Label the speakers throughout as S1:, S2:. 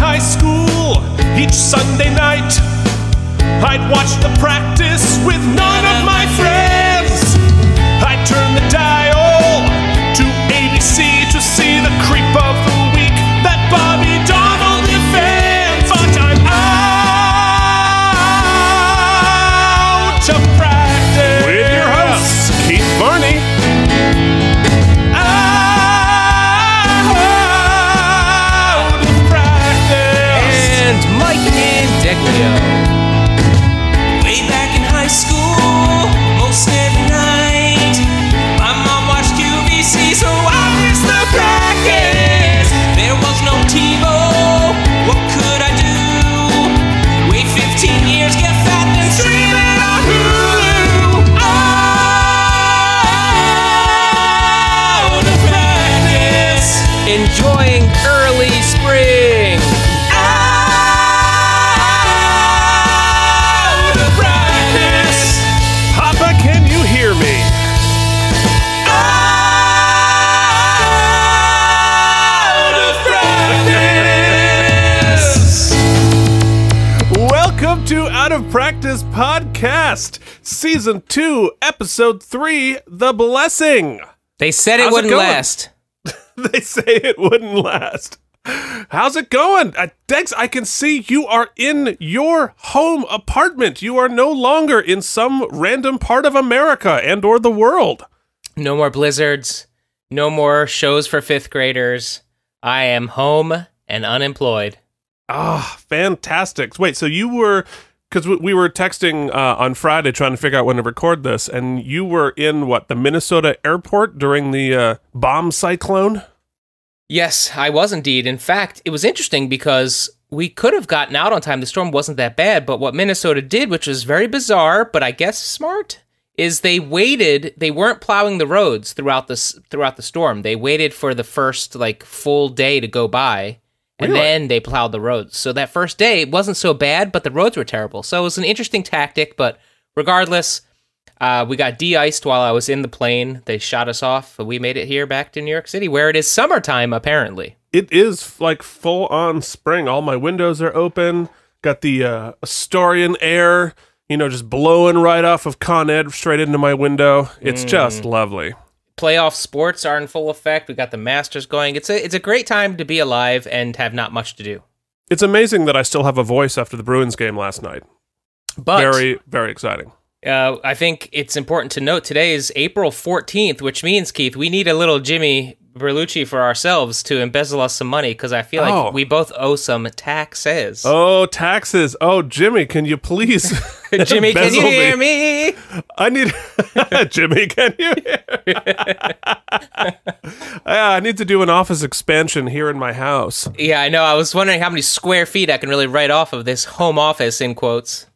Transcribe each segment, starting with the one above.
S1: high school each Sunday night. I'd watch the practice with none of my friends. I'd turn the dial to ABC to see the creep of the week that Bobby Donald defends. But I'm out of practice.
S2: With your hosts, Keith Varney.
S1: Out of practice.
S3: And Mike and Deglio.
S4: Way back in high school, most every night, my mom watched QVC, so I missed the practice. There was no TiVo. What could I do? Wait 15 years, get fat, then stream it on Hulu. Out of Oh, practice.
S3: Enjoying early spring.
S4: Out of practice.
S1: Papa, can you hear me?
S4: Out of practice.
S1: Welcome to Out of Practice Podcast, Season 2, Episode 3 The Blessing.
S3: They said it
S1: How's it
S3: wouldn't
S1: going?
S3: last.
S1: They say it wouldn't last. How's it going? Uh, Dex, I can see you are in your home apartment. You are no longer in some random part of America and or the world.
S3: No more blizzards. No more shows for fifth graders. I am home and unemployed.
S1: Ah, fantastic. Wait, so you were because we, we were texting uh, on Friday trying to figure out when to record this, and you were in what the Minnesota airport during the uh, bomb cyclone.
S3: Yes, I was indeed. In fact, it was interesting because we could have gotten out on time. The storm wasn't that bad, but what Minnesota did, which was very bizarre, but I guess smart, is they waited. They weren't plowing the roads throughout the s- throughout the storm. They waited for the first like full day to go by, and
S1: Really?
S3: then they plowed the roads. So that first day wasn't so bad, but the roads were terrible. So it was an interesting tactic, but regardless, uh, we got de-iced while I was in the plane. They shot us off, but we made it here back to New York City, where it is summertime apparently.
S1: It is like full on spring. All my windows are open. Got the uh, Astorian air, you know, just blowing right off of Con Ed straight into my window. It's just lovely.
S3: Playoff sports are in full effect. We got the Masters going. It's a it's a great time to be alive and have not much to do.
S1: It's amazing that I still have a voice after the Bruins game last night.
S3: But
S1: very, very exciting.
S3: uh, I think it's important to note today is April fourteenth, which means Keith, we need a little Jimmy Berlucci for ourselves to embezzle us some money because I feel like
S1: Oh.
S3: we both owe some taxes.
S1: Oh, taxes. Oh, Jimmy, can you please?
S3: Jimmy, can you
S1: embezzle
S3: hear me?
S1: I need Jimmy. Can you? hear? yeah, I need to do an office expansion here in my house.
S3: Yeah, I know. I was wondering how many square feet I can really write off of this home office in quotes.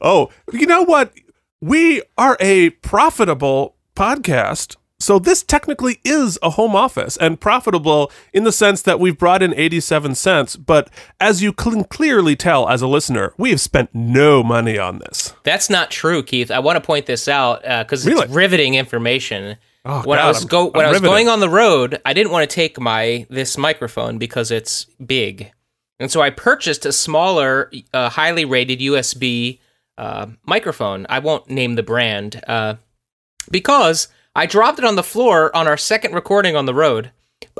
S1: Oh, you know what? We are a profitable podcast, so this technically is a home office and profitable in the sense that we've brought in eighty-seven cents. But as you can clearly tell as a listener, we have spent no money on this.
S3: That's not true, Keith. I want to point this out because
S1: Really?
S3: it's riveting information.
S1: Oh,
S3: when
S1: God,
S3: I was
S1: I'm-
S3: go when
S1: I'm
S3: I was
S1: riveted.
S3: going on the road, I didn't want to take my this microphone because it's big, and so I purchased a smaller, uh, highly rated USB uh, microphone. I won't name the brand uh, because I dropped it on the floor on our second recording on the road.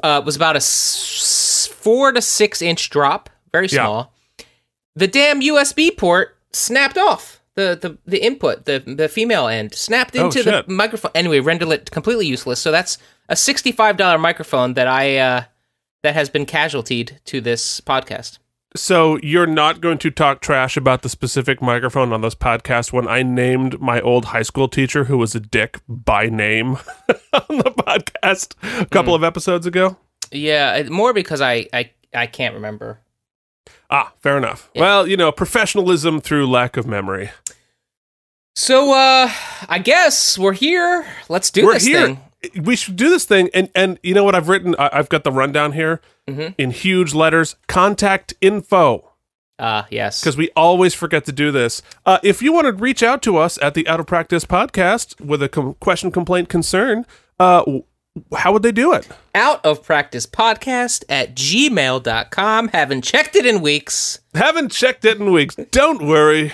S3: Uh, it was about a s- four to six inch drop, very
S1: Yeah.
S3: small the damn USB port snapped off. The, the, the input, the the female end, snapped
S1: Oh,
S3: into the
S1: shit.
S3: microphone. Anyway, rendered it completely useless. So that's a sixty-five dollar microphone that I uh, that has been casualtied to this podcast.
S1: So you're not going to talk trash about the specific microphone on this podcast when I named my old high school teacher who was a dick by name on the podcast a couple
S3: Mm.
S1: of episodes ago.
S3: Yeah, it- more because I I, I can't remember.
S1: Ah, fair enough. Well, you know, professionalism through lack of memory.
S3: So uh, I guess we're here. Let's do
S1: We're
S3: this
S1: here.
S3: thing.
S1: We should do this thing, and and you know what I've written? I, I've got the rundown here
S3: Mm-hmm.
S1: in huge letters. Contact info.
S3: Uh, yes.
S1: because we always forget to do this. Uh, if you want to reach out to us at the Out of Practice Podcast with a com- question, complaint, concern, uh, w- how would they do it?
S3: Out of practice podcast at gmail.com. Haven't checked it in weeks.
S1: Haven't checked it in weeks. Don't worry.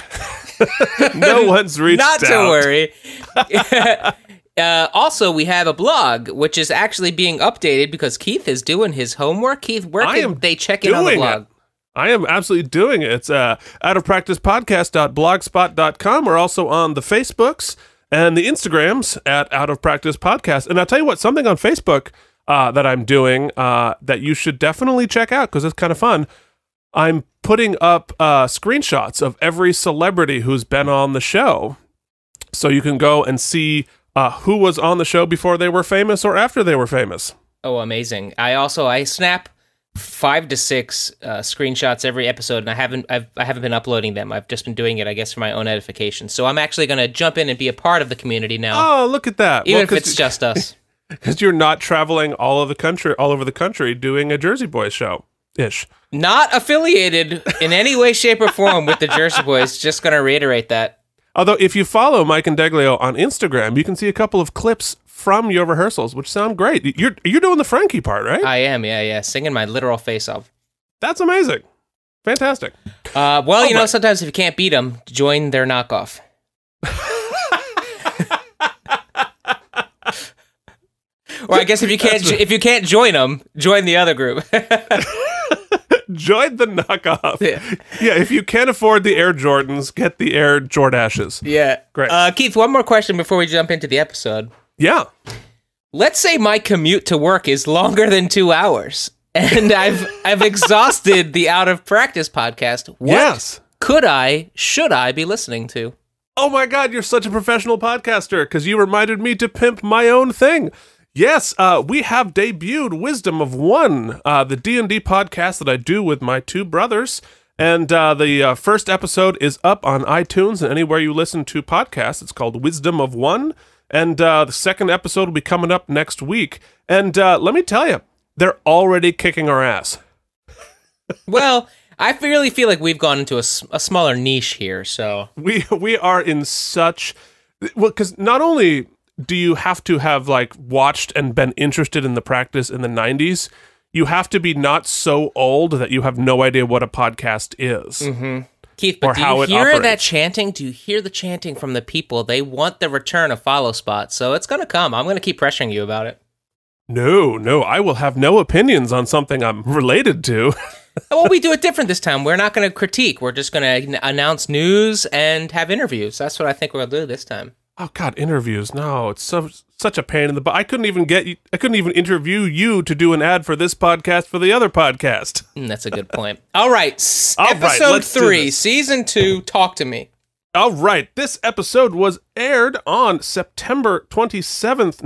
S1: no one's reached
S3: Not to
S1: out.
S3: worry. uh, also, we have a blog, which is actually being updated because Keith is doing his homework. Keith, where
S1: I
S3: can
S1: am
S3: they check in on the
S1: doing
S3: blog?
S1: it. I am absolutely doing it. It's uh, out of practice podcast.blogspot.com. We're also on the Facebooks and the Instagrams at out of practice podcast. And I'll tell you what, something on Facebook uh, that I'm doing uh, that you should definitely check out because it's kind of fun. I'm putting up uh, screenshots of every celebrity who's been on the show. So you can go and see uh, who was on the show before they were famous or after they were famous.
S3: Oh, amazing! I also I snap five to six uh, screenshots every episode, and I haven't I've, I haven't been uploading them. I've just been doing it, I guess, for my own edification. So I'm actually going to jump in and be a part of the community now,
S1: Oh, look at that.
S3: even
S1: Well,
S3: if
S1: 'cause-
S3: it's just us.
S1: because you're not traveling all of the country, all over the country, doing a Jersey Boys show ish.
S3: Not affiliated in any way, shape, or form with the Jersey Boys. Just going to reiterate that.
S1: Although, if you follow Mike and Deglio on Instagram, you can see a couple of clips from your rehearsals, which sound great. You're you're doing the Frankie part, right?
S3: I am, yeah, yeah, singing my literal face off.
S1: That's amazing, fantastic.
S3: Uh, well, you know,
S1: my-
S3: sometimes if you can't beat them, join their knockoff. or I guess if you can't if you can't join them, join the other group.
S1: Join the knockoff.
S3: Yeah.
S1: yeah. If you can't afford the Air Jordans, get the Air Jordashes.
S3: yeah,
S1: Great.
S3: Uh, Keith, one more question before we jump into the episode.
S1: Yeah.
S3: Let's say my commute to work is longer than two hours, and I've I've exhausted the out of practice podcast. What
S1: Yes.
S3: could I should I be listening to?
S1: Oh my God, you're such a professional podcaster because you reminded me to pimp my own thing. Yes, uh, we have debuted Wisdom of One, uh, the D and D podcast that I do with my two brothers, and uh, the uh, first episode is up on iTunes and anywhere you listen to podcasts. It's called Wisdom of One, and uh, the second episode will be coming up next week. And uh, let me tell you, they're already kicking our ass.
S3: Well, I really feel like we've gone into a, s- a smaller niche here. So
S1: we we are in such well because not only do you have to have like watched and been interested in the practice in the 90s you have to be not so old that you have no idea what a podcast is
S3: Mm-hmm. Keith, but
S1: or
S3: do
S1: how
S3: you
S1: it
S3: hear that
S1: operates.
S3: chanting? Do you hear the chanting from the people? They want the return of follow spot, so it's gonna come. I'm gonna keep pressuring you about it.
S1: no no i will have no opinions on something i'm related to
S3: well, we do it different this time. We're not gonna critique. We're just gonna n- announce news and have interviews. That's what I think we're gonna do this time.
S1: oh god interviews no it's so such a pain in the butt i couldn't even get you i couldn't even interview you to do an ad for this podcast for the other podcast
S3: Mm, that's a good point. All right, s-
S1: All right,
S3: episode
S1: let's do
S3: three,
S1: this.
S3: season two. Talk to me.
S1: All right, this episode was aired on September 27th,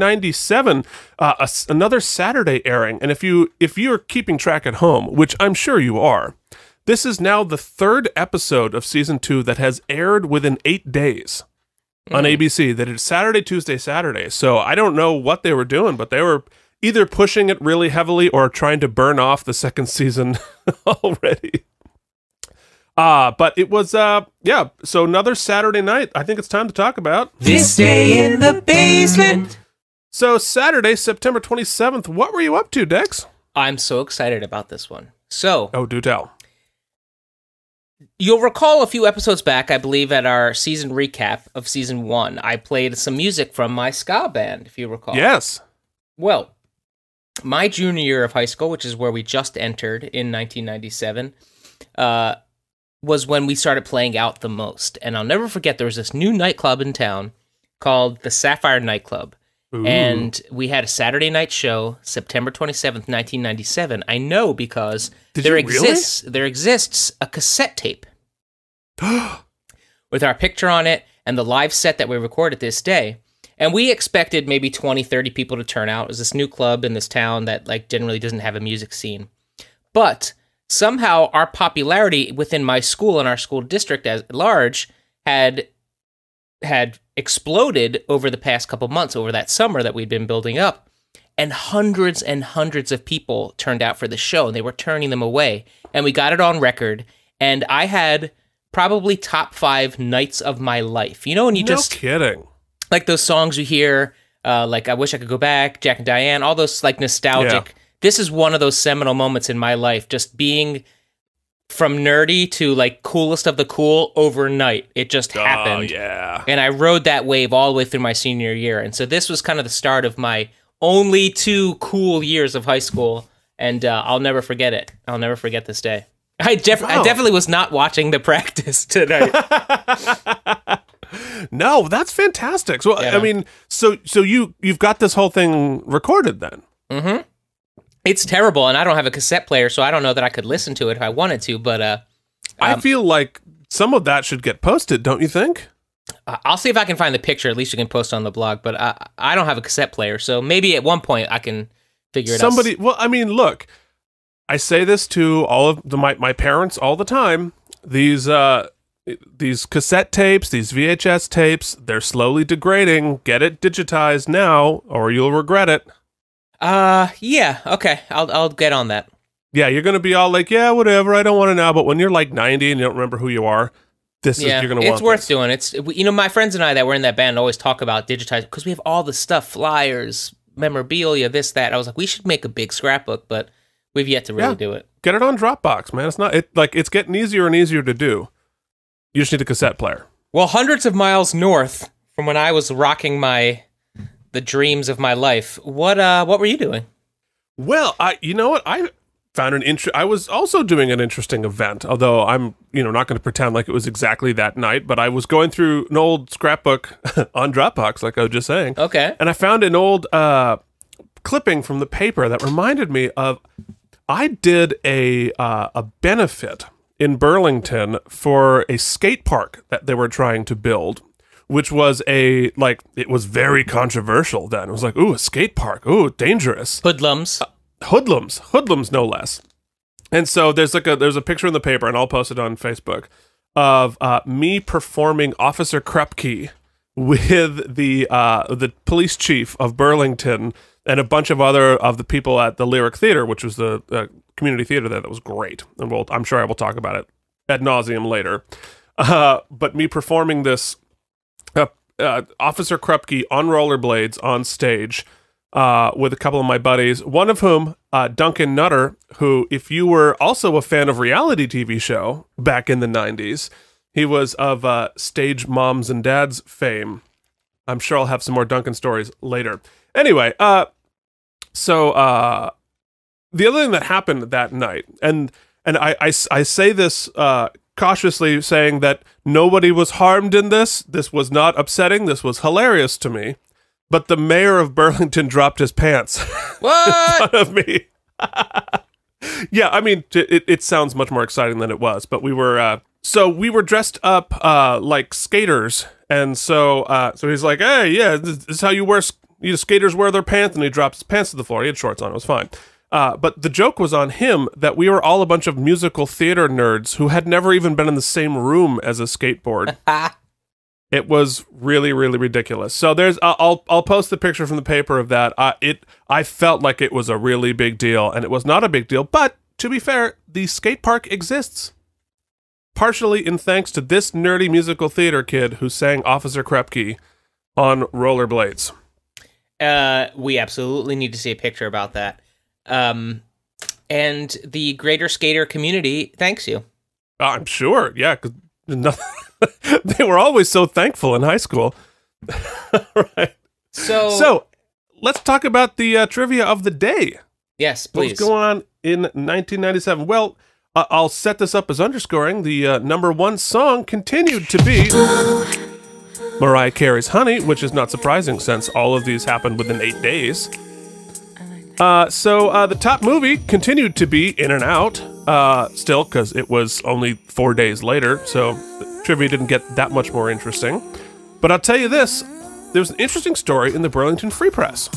S1: 1997, uh, a s- another Saturday airing. And if you if you're keeping track at home, which I'm sure you are, this is now the third episode of season 2 that has aired within 8 days on
S3: Mm.
S1: ABC. That it's Saturday, Tuesday, Saturday. So I don't know what they were doing, but they were either pushing it really heavily or trying to burn off the second season already. Uh, but it was uh yeah, so another Saturday night. I think it's time to talk about.
S4: This day in the basement.
S1: So Saturday, September 27th, what were you up to, Dex?
S3: I'm so excited about this one. So
S1: Oh, do tell.
S3: You'll recall a few episodes back, I believe, at our season recap of season one, I played some music from my ska band, if you recall.
S1: Yes.
S3: Well, my junior year of high school, which is where we just entered in 1997, uh, was when we started playing out the most. And I'll never forget, there was this new nightclub in town called the Sapphire Nightclub. And we had a Saturday night show, September 27th, 1997. I know because
S1: Did
S3: there
S1: you really?
S3: exists there exists a cassette tape with our picture on it and the live set that we recorded this day. And we expected maybe 20, 30 people to turn out. It was this new club in this town that like generally doesn't have a music scene. But somehow our popularity within my school and our school district as large had had exploded over the past couple months over that summer that we'd been building up and hundreds and hundreds of people turned out for the show and they were turning them away and we got it on record and i had probably top five nights of my life you know when you
S1: no
S3: just
S1: kidding.
S3: like those songs you hear uh, like I wish I could go back, Jack and Diane, all those like nostalgic. This is one of those seminal moments in my life. Just being from nerdy to like coolest of the cool overnight. It just
S1: Oh,
S3: happened,
S1: yeah.
S3: and I rode that wave all the way through my senior year. And so this was kind of the start of my only two cool years of high school, and uh, I'll never forget it. I'll never forget this day. I, def- I
S1: Wow.
S3: definitely was not watching the practice tonight.
S1: No, that's fantastic. So
S3: Yeah.
S1: I mean, so so you you've got this whole thing recorded then.
S3: Mm-hmm. It's terrible, and I don't have a cassette player, so I don't know that I could listen to it if I wanted to. But uh,
S1: I feel like some of that should get posted, don't you think?
S3: I- I'll see if I can find the picture. At least you can post on the blog. But I, I don't have a cassette player, so maybe at one point I can figure it
S1: Somebody.
S3: out.
S1: Well, I mean, look, I say this to all of the, my my parents all the time. These uh these cassette tapes, these VHS tapes, they're slowly degrading. Get it digitized now, or you'll regret it.
S3: Uh, yeah, okay, I'll I'll get on that.
S1: Yeah, you're gonna be all like, yeah, whatever. I don't want to now. But when you're like 90 and you don't remember who you are, this
S3: yeah,
S1: is you're gonna
S3: it's
S1: want.
S3: worth
S1: this.
S3: doing. It's you know my friends and I that were in that band always talk about digitizing because we have all the stuff, flyers, memorabilia, this that. I was like, we should make a big scrapbook, but we've yet to really
S1: Yeah.
S3: do it.
S1: get it on Dropbox, man. It's not it like it's getting easier and easier to do. You just need a cassette player.
S3: Well, hundreds of miles north from when I was rocking my the dreams of my life. What uh what were you doing?
S1: Well, I you know what I found an interest. I was also doing an interesting event, although I'm you know not going to pretend like it was exactly that night. But I was going through an old scrapbook on Dropbox, like I was just saying,
S3: Okay.
S1: and I found an old uh, clipping from the paper that reminded me of I did a uh, a benefit in Burlington for a skate park that they were trying to build, which was a like it was very controversial then. It was like, ooh, a skate park, ooh, dangerous Uh,
S3: Hoodlums.
S1: hoodlums, hoodlums no less. And so there's like a there's a picture in the paper, and I'll post it on Facebook of uh, me performing Officer Krupke with the uh, the police chief of Burlington and a bunch of other of the people at the Lyric Theater, which was the uh, community theater there that was great. And we'll, I'm sure I will talk about it ad nauseum later. Uh, but me performing this uh, uh, Officer Krupke on rollerblades on stage uh, with a couple of my buddies, one of whom, uh, Duncan Nutter, who, if you were also a fan of reality TV show back in the 90s, he was of uh, stage moms and dads fame. I'm sure I'll have some more Duncan stories later. Anyway, uh, so uh, the other thing that happened that night, and and I, I s- I say this uh, cautiously, saying that nobody was harmed in this. This was not upsetting. This was hilarious to me. But the mayor of Burlington dropped his pants
S3: What?
S1: of me. yeah, I mean, t- it, it sounds much more exciting than it was, but we were uh, so we were dressed up uh, like skaters, and so uh, so he's like, hey, yeah, this, this is how you wear s- you know, skaters wear their pants, and he drops his pants to the floor. He had shorts on; it was fine. Uh, but the joke was on him that we were all a bunch of musical theater nerds who had never even been in the same room as a skateboard. It was really, really ridiculous. So there's, I'll- I'll, I'll post the picture from the paper of that. Uh, it, I felt like it was a really big deal, and it was not a big deal. But to be fair, the skate park exists, partially in thanks to this nerdy musical theater kid who sang Officer Krepke on rollerblades.
S3: Uh, we absolutely need to see a picture about that. Um, and the greater skater community thanks you.
S1: Uh, I'm sure, yeah, 'cause no- they were always so thankful in high school. right.
S3: So,
S1: So let's talk about the uh, trivia of the day.
S3: yes,
S1: What
S3: please.
S1: was going on in 1997? Well, uh, I'll set this up as underscoring. The uh, number one song continued to be Mariah Carey's Honey, which is not surprising since all of these happened within eight days. Uh, so uh, the top movie continued to be In and Out, uh, still, because it was only four days later, so the trivia didn't get that much more interesting. But I'll tell you this there's an interesting story in the Burlington Free Press.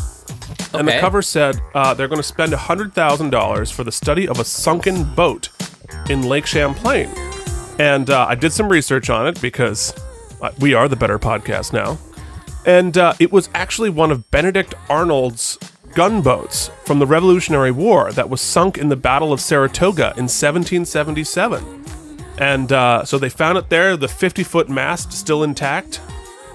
S1: And the
S3: Okay.
S1: cover said uh, they're going to spend $100,000 for the study of a sunken boat in Lake Champlain. And uh, I did some research on it because uh, we are the better podcast now. And uh, it was actually one of Benedict Arnold's gunboats from the Revolutionary War that was sunk in the Battle of Saratoga in 1777. And uh, so they found it there, the 50 foot mast still intact.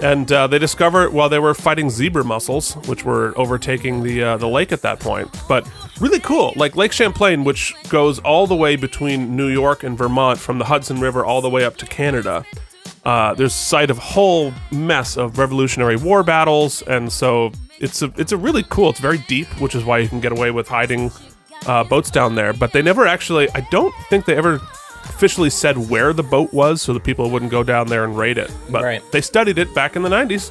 S1: And uh, they discover it while they were fighting zebra mussels, which were overtaking the uh, the lake at that point. But really cool, like Lake Champlain, which goes all the way between New York and Vermont, from the Hudson River all the way up to Canada. Uh, there's site of whole mess of Revolutionary War battles, and so it's a it's a really cool. It's very deep, which is why you can get away with hiding uh, boats down there. But they never actually. I don't think they ever officially said where the boat was, so the people wouldn't go down there and raid it. But
S3: Right.
S1: they studied it back in the 90s.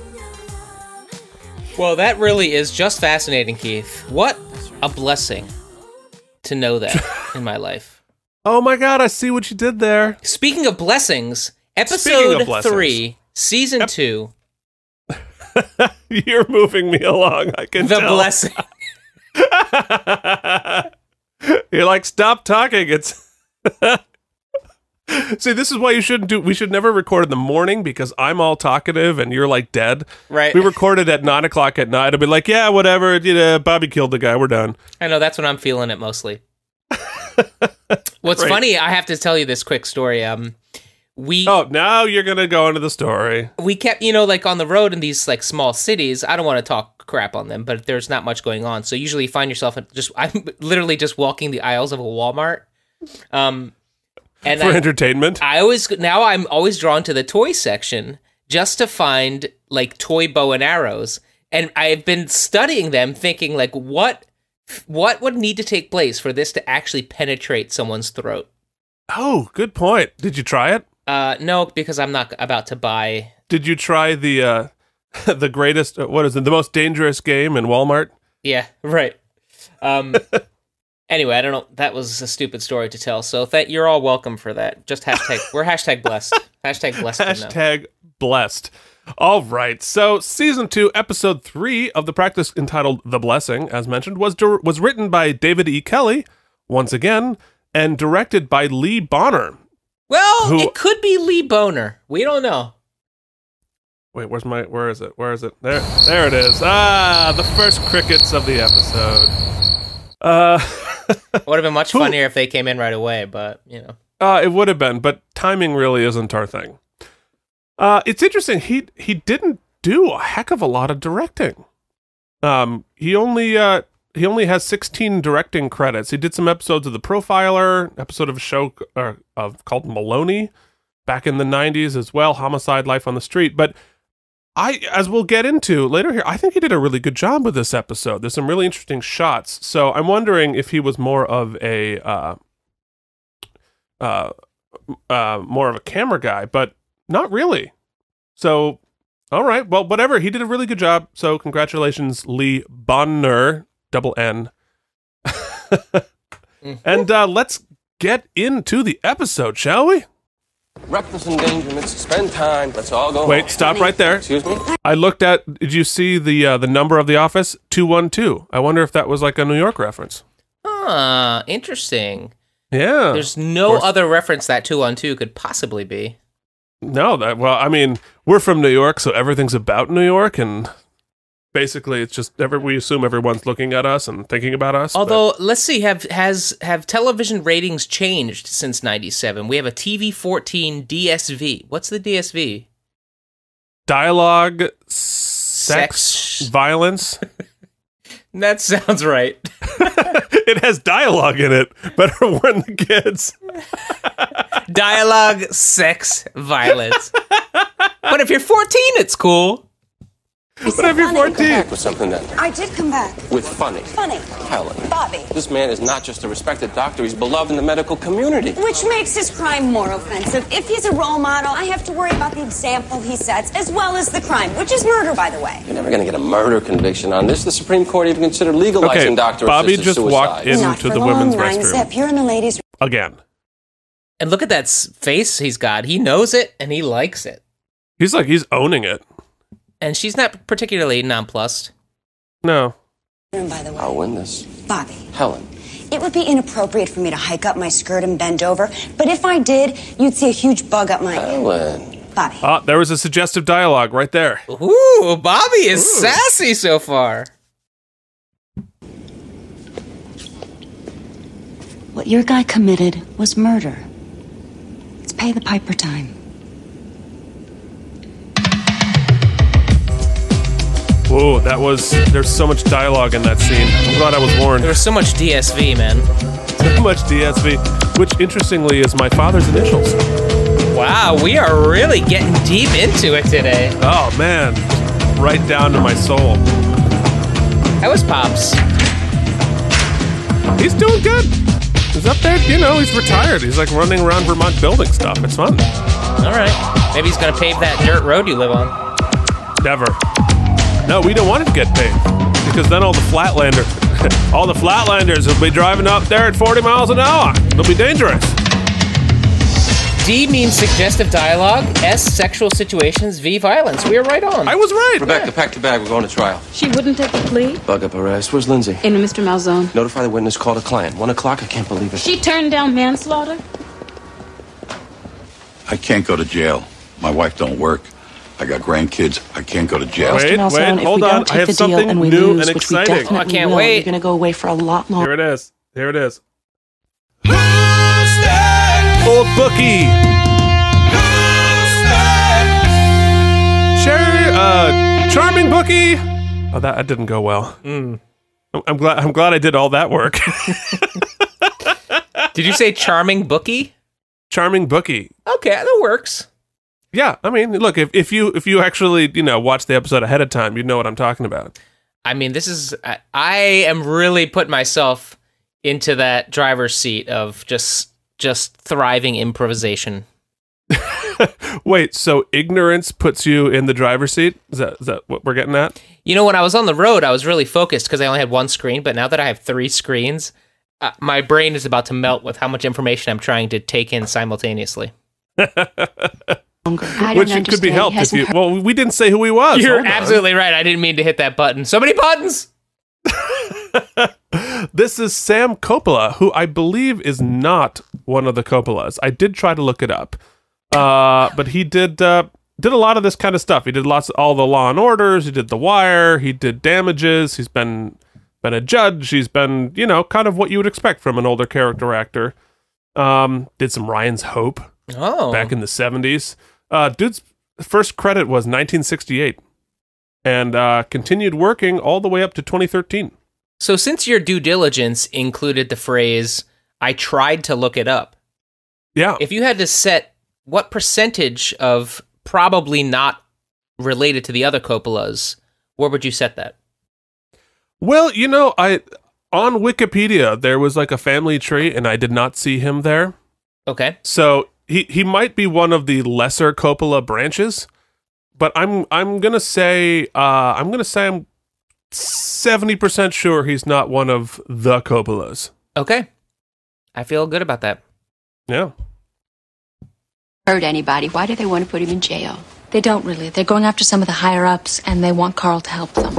S3: Well, that really is just fascinating, Keith. What a blessing to know that in my life.
S1: Oh my God! I see what you did there.
S3: Speaking of blessings,
S1: Speaking
S3: episode
S1: of blessings.
S3: three, season two,
S1: You're moving me along. I can
S3: the
S1: tell.
S3: blessing.
S1: You're like, stop talking. It's see, this is why you shouldn't do. We should never record in the morning because I'm all talkative and you're like dead.
S3: Right.
S1: We recorded at nine o'clock at night. I'd be like, yeah, whatever. You know, Bobby killed the guy. We're done.
S3: I know that's when I'm feeling it mostly. What's
S1: Great.
S3: funny, I have to tell you this quick story. Um, we
S1: Oh, now you're gonna go into the story.
S3: we kept you know like on the road in these like small cities i don't want to talk crap on them but there's not much going on so usually you find yourself in just i'm literally just walking the aisles of a walmart um and
S1: For
S3: I,
S1: entertainment,
S3: I always now i'm always drawn to the toy section just to find like toy bow and arrows and i've been studying them thinking like what what would need to take place for this to actually penetrate someone's throat
S1: oh, good point. Did you try it?
S3: uh no because i'm not about to buy
S1: Did you try the uh, the greatest? uh, What is it? The most dangerous game in Walmart?
S3: Yeah, right. Um, anyway, I don't know. That was a stupid story to tell. So that you're all welcome for that. Just hashtag. We're hashtag blessed. Hashtag blessed. to know.
S1: Hashtag blessed. All right. So season two, episode three of the practice entitled "The Blessing," as mentioned, was dir- was written by David E. Kelly once again and directed by Lee Bonner.
S3: Well,
S1: Who-
S3: it could be Lee Boner. We don't know.
S1: Wait, where's my? Where is it? Where is it? There, there it is. Ah, the first crickets of the episode. Uh.
S3: Would have been much funnier if they came in right away, but you know.
S1: Uh, it would have been, but timing really isn't our thing. Uh, it's interesting. He he didn't do a heck of a lot of directing. Um, he only uh, he only has 16 directing credits. He did some episodes of The Profiler, episode of a show uh, of called Maloney back in the 90s as well, Homicide: Life on the Street. But I, as we'll get into later here, I think he did a really good job with this episode. There's some really interesting shots. So I'm wondering if he was more of a uh, uh, uh, more of a camera guy, but not really. So, all right, well, whatever. He did a really good job. So, congratulations, Lee Bonner, double N.
S5: Mm-hmm.
S1: and uh, let's get into the episode, shall we?
S5: Reckless endangerment, spend time, let's all go
S1: Wait,
S5: home.
S1: stop right there.
S5: Excuse me?
S1: I looked at. Did you see the uh, the number of the office? Two one two. I wonder if that was like a New York reference.
S3: Ah, interesting.
S1: Yeah.
S3: There's no other reference that two on two could possibly be.
S1: No, that well, I mean, we're from New York, so everything's about New York, and basically, it's just every we assume everyone's looking at us and thinking about us. but-
S3: Although, let's see, have has have television ratings changed since '97? We have a TV 14 DSV. What's the DSV?
S1: dialogue, sex,
S3: Sex.
S1: violence,
S3: That sounds right.
S1: it has dialogue in it. Better warn the kids.
S3: Dialogue, sex, violence. but if you're 14, it's cool.
S1: But if you're fourteen,
S5: Back with something then.
S6: I did come back.
S5: With funny.
S6: Funny.
S5: Helen.
S6: Bobby.
S5: This man is not just a respected doctor, he's beloved in the medical community.
S6: Which makes his crime more offensive. If he's a role model, I have to worry about the example he sets, as well as the crime, which is murder, by the way.
S5: You're never going to get a murder conviction on this. The Supreme Court even considered legalizing
S1: okay,
S5: doctor
S1: Bobby
S5: assisted
S1: just
S5: suicide.
S1: walked
S6: Not
S1: into
S6: for
S1: the
S6: long,
S1: women's
S6: Ryan
S1: restroom
S6: Sepp. You're in the ladies'
S1: again.
S3: And look at that s- face he's got. He knows it and he likes it.
S1: He's like he's owning it.
S3: And she's not particularly nonplussed.
S1: No,
S6: room, by the way.
S5: I'll win this.
S6: Bobby,
S5: Helen.
S6: it would be inappropriate for me to hike up my skirt and bend over, but if I did, you'd see a huge bug up my.
S5: Helen.
S6: Bobby.
S1: ah, there was a suggestive dialogue right there.
S3: Ooh, Bobby is sassy so far.
S6: What your guy committed was murder. Let's pay the piper time.
S1: Whoa, that was. There's so much dialogue in that scene. I'm glad I was warned.
S3: There was so much DSV, man.
S1: so much DSV, which interestingly is my father's initials.
S3: Wow, we are really getting deep into it today.
S1: Oh man, right down to my soul.
S3: That was Pops.
S1: He's doing good. He's up there, you know, he's retired. He's like running around Vermont building stuff. It's fun.
S3: All right. Maybe he's going to pave that dirt road you live on.
S1: Never. No, we don't want it to get paid because then all the flatlander, all the flatlanders will be driving up there at 40 miles an hour. It'll be dangerous.
S3: D means suggestive dialogue, S sexual situations, V violence. We are right on.
S1: I was right.
S5: Rebecca, pack the bag. We're going to trial.
S7: She wouldn't take a plea
S5: Bug up her ass. Where's Lindsay?
S7: in Mr. Malzone.
S5: Notify the witness. Call the client. One o'clock. I can't believe it.
S7: She turned down manslaughter.
S8: I can't go to jail. My wife don't work. I got grandkids. I can't go to jail.
S1: Wait,
S9: Nelson,
S1: wait,
S9: if
S1: hold
S9: we
S1: on.
S9: Don't take
S1: I have
S9: the deal
S1: something
S9: and we
S1: new
S9: lose,
S1: and
S9: which we
S1: exciting.
S9: definitely
S3: I can't
S9: will,
S3: wait.
S9: You're going to go away for a lot longer.
S1: Here it is. Here it is. Old bookie. Cherry, uh, charming bookie. Oh, that, that didn't go well.
S3: Hmm.
S1: I'm- I'm glad. I'm glad I did all that work.
S3: Did you say charming bookie?
S1: charming bookie.
S3: Okay, that works.
S1: Yeah, I mean, look if, if you if you actually you know watch the episode ahead of time, you know what I'm talking about.
S3: I mean, this is I, I am really putting myself into that driver's seat of just just thriving improvisation.
S1: Wait, so ignorance puts you in the driver's seat? Is that is that what we're getting at?
S3: You know, when I was on the road, I was really focused because I only had one screen. But now that I have three screens, uh, my brain is about to melt with how much information I'm trying to take in simultaneously.
S9: I don't
S1: Which it could be
S9: understand.
S1: helped
S9: He
S1: if
S9: hasn't
S1: you.
S9: heard-
S1: Well, we didn't say who he was.
S3: You're
S1: Hold on.
S3: absolutely right. I didn't mean to hit that button. So many buttons.
S1: This is Sam Coppola, who I believe is not one of the Coppolas. I did try to look it up, uh, but he did uh, did a lot of this kind of stuff. He did lots of all the Law and Orders. He did The Wire. He did Damages. He's been been a judge. He's been you know kind of what you would expect from an older character actor. Um, did some Ryan's Hope
S3: Oh,
S1: back in the seventies. Uh, dude's first credit was 1968, and uh, continued working all the way up to 2013.
S3: so since your due diligence included the phrase "I tried to look it up,"
S1: Yeah.
S3: if you had to set what percentage of probably not related to the other Coppolas, where would you set that?
S1: Well, you know, I on Wikipedia there was like a family tree, and I did not see him there.
S3: Okay.
S1: So he he might be one of the lesser Coppola branches, but I'm I'm gonna say uh, I'm gonna say I'm seventy percent sure he's not one of the Coppolas.
S3: Okay. I feel good about that.
S1: Yeah.
S9: heard anybody. Why do they want to put him in jail? They don't really. They're going after some of the higher ups, and they want Carl to help them.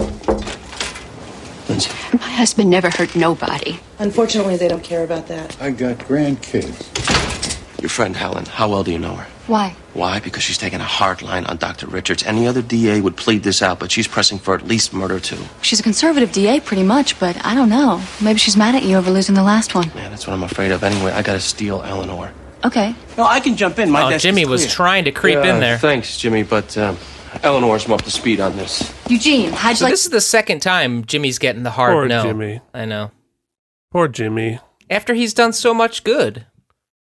S5: Lindsay.
S9: My husband never hurt nobody.
S10: Unfortunately, they don't care about that.
S8: I got grandkids.
S5: Your friend Helen. How well do you know her?
S9: Why?
S5: Why? Because she's taking a hard line on Dr. Richards. Any other DA would plead this out, but she's pressing for at least murder, too.
S9: She's a conservative DA, pretty much, but I don't know. Maybe she's mad at you over losing the last one.
S5: Man, that's what I'm afraid of. Anyway, I gotta steal Eleanor.
S9: Okay.
S5: No, I can jump in. My
S3: Oh, Jimmy was trying to creep in there.
S5: Thanks, Jimmy, but um, Eleanor's more up to speed on this.
S9: Eugene, how'd you
S3: So
S9: like.
S3: this is the second time Jimmy's getting the hard
S1: Poor
S3: no.
S1: Jimmy.
S3: I know.
S1: Poor Jimmy.
S3: After he's done so much good.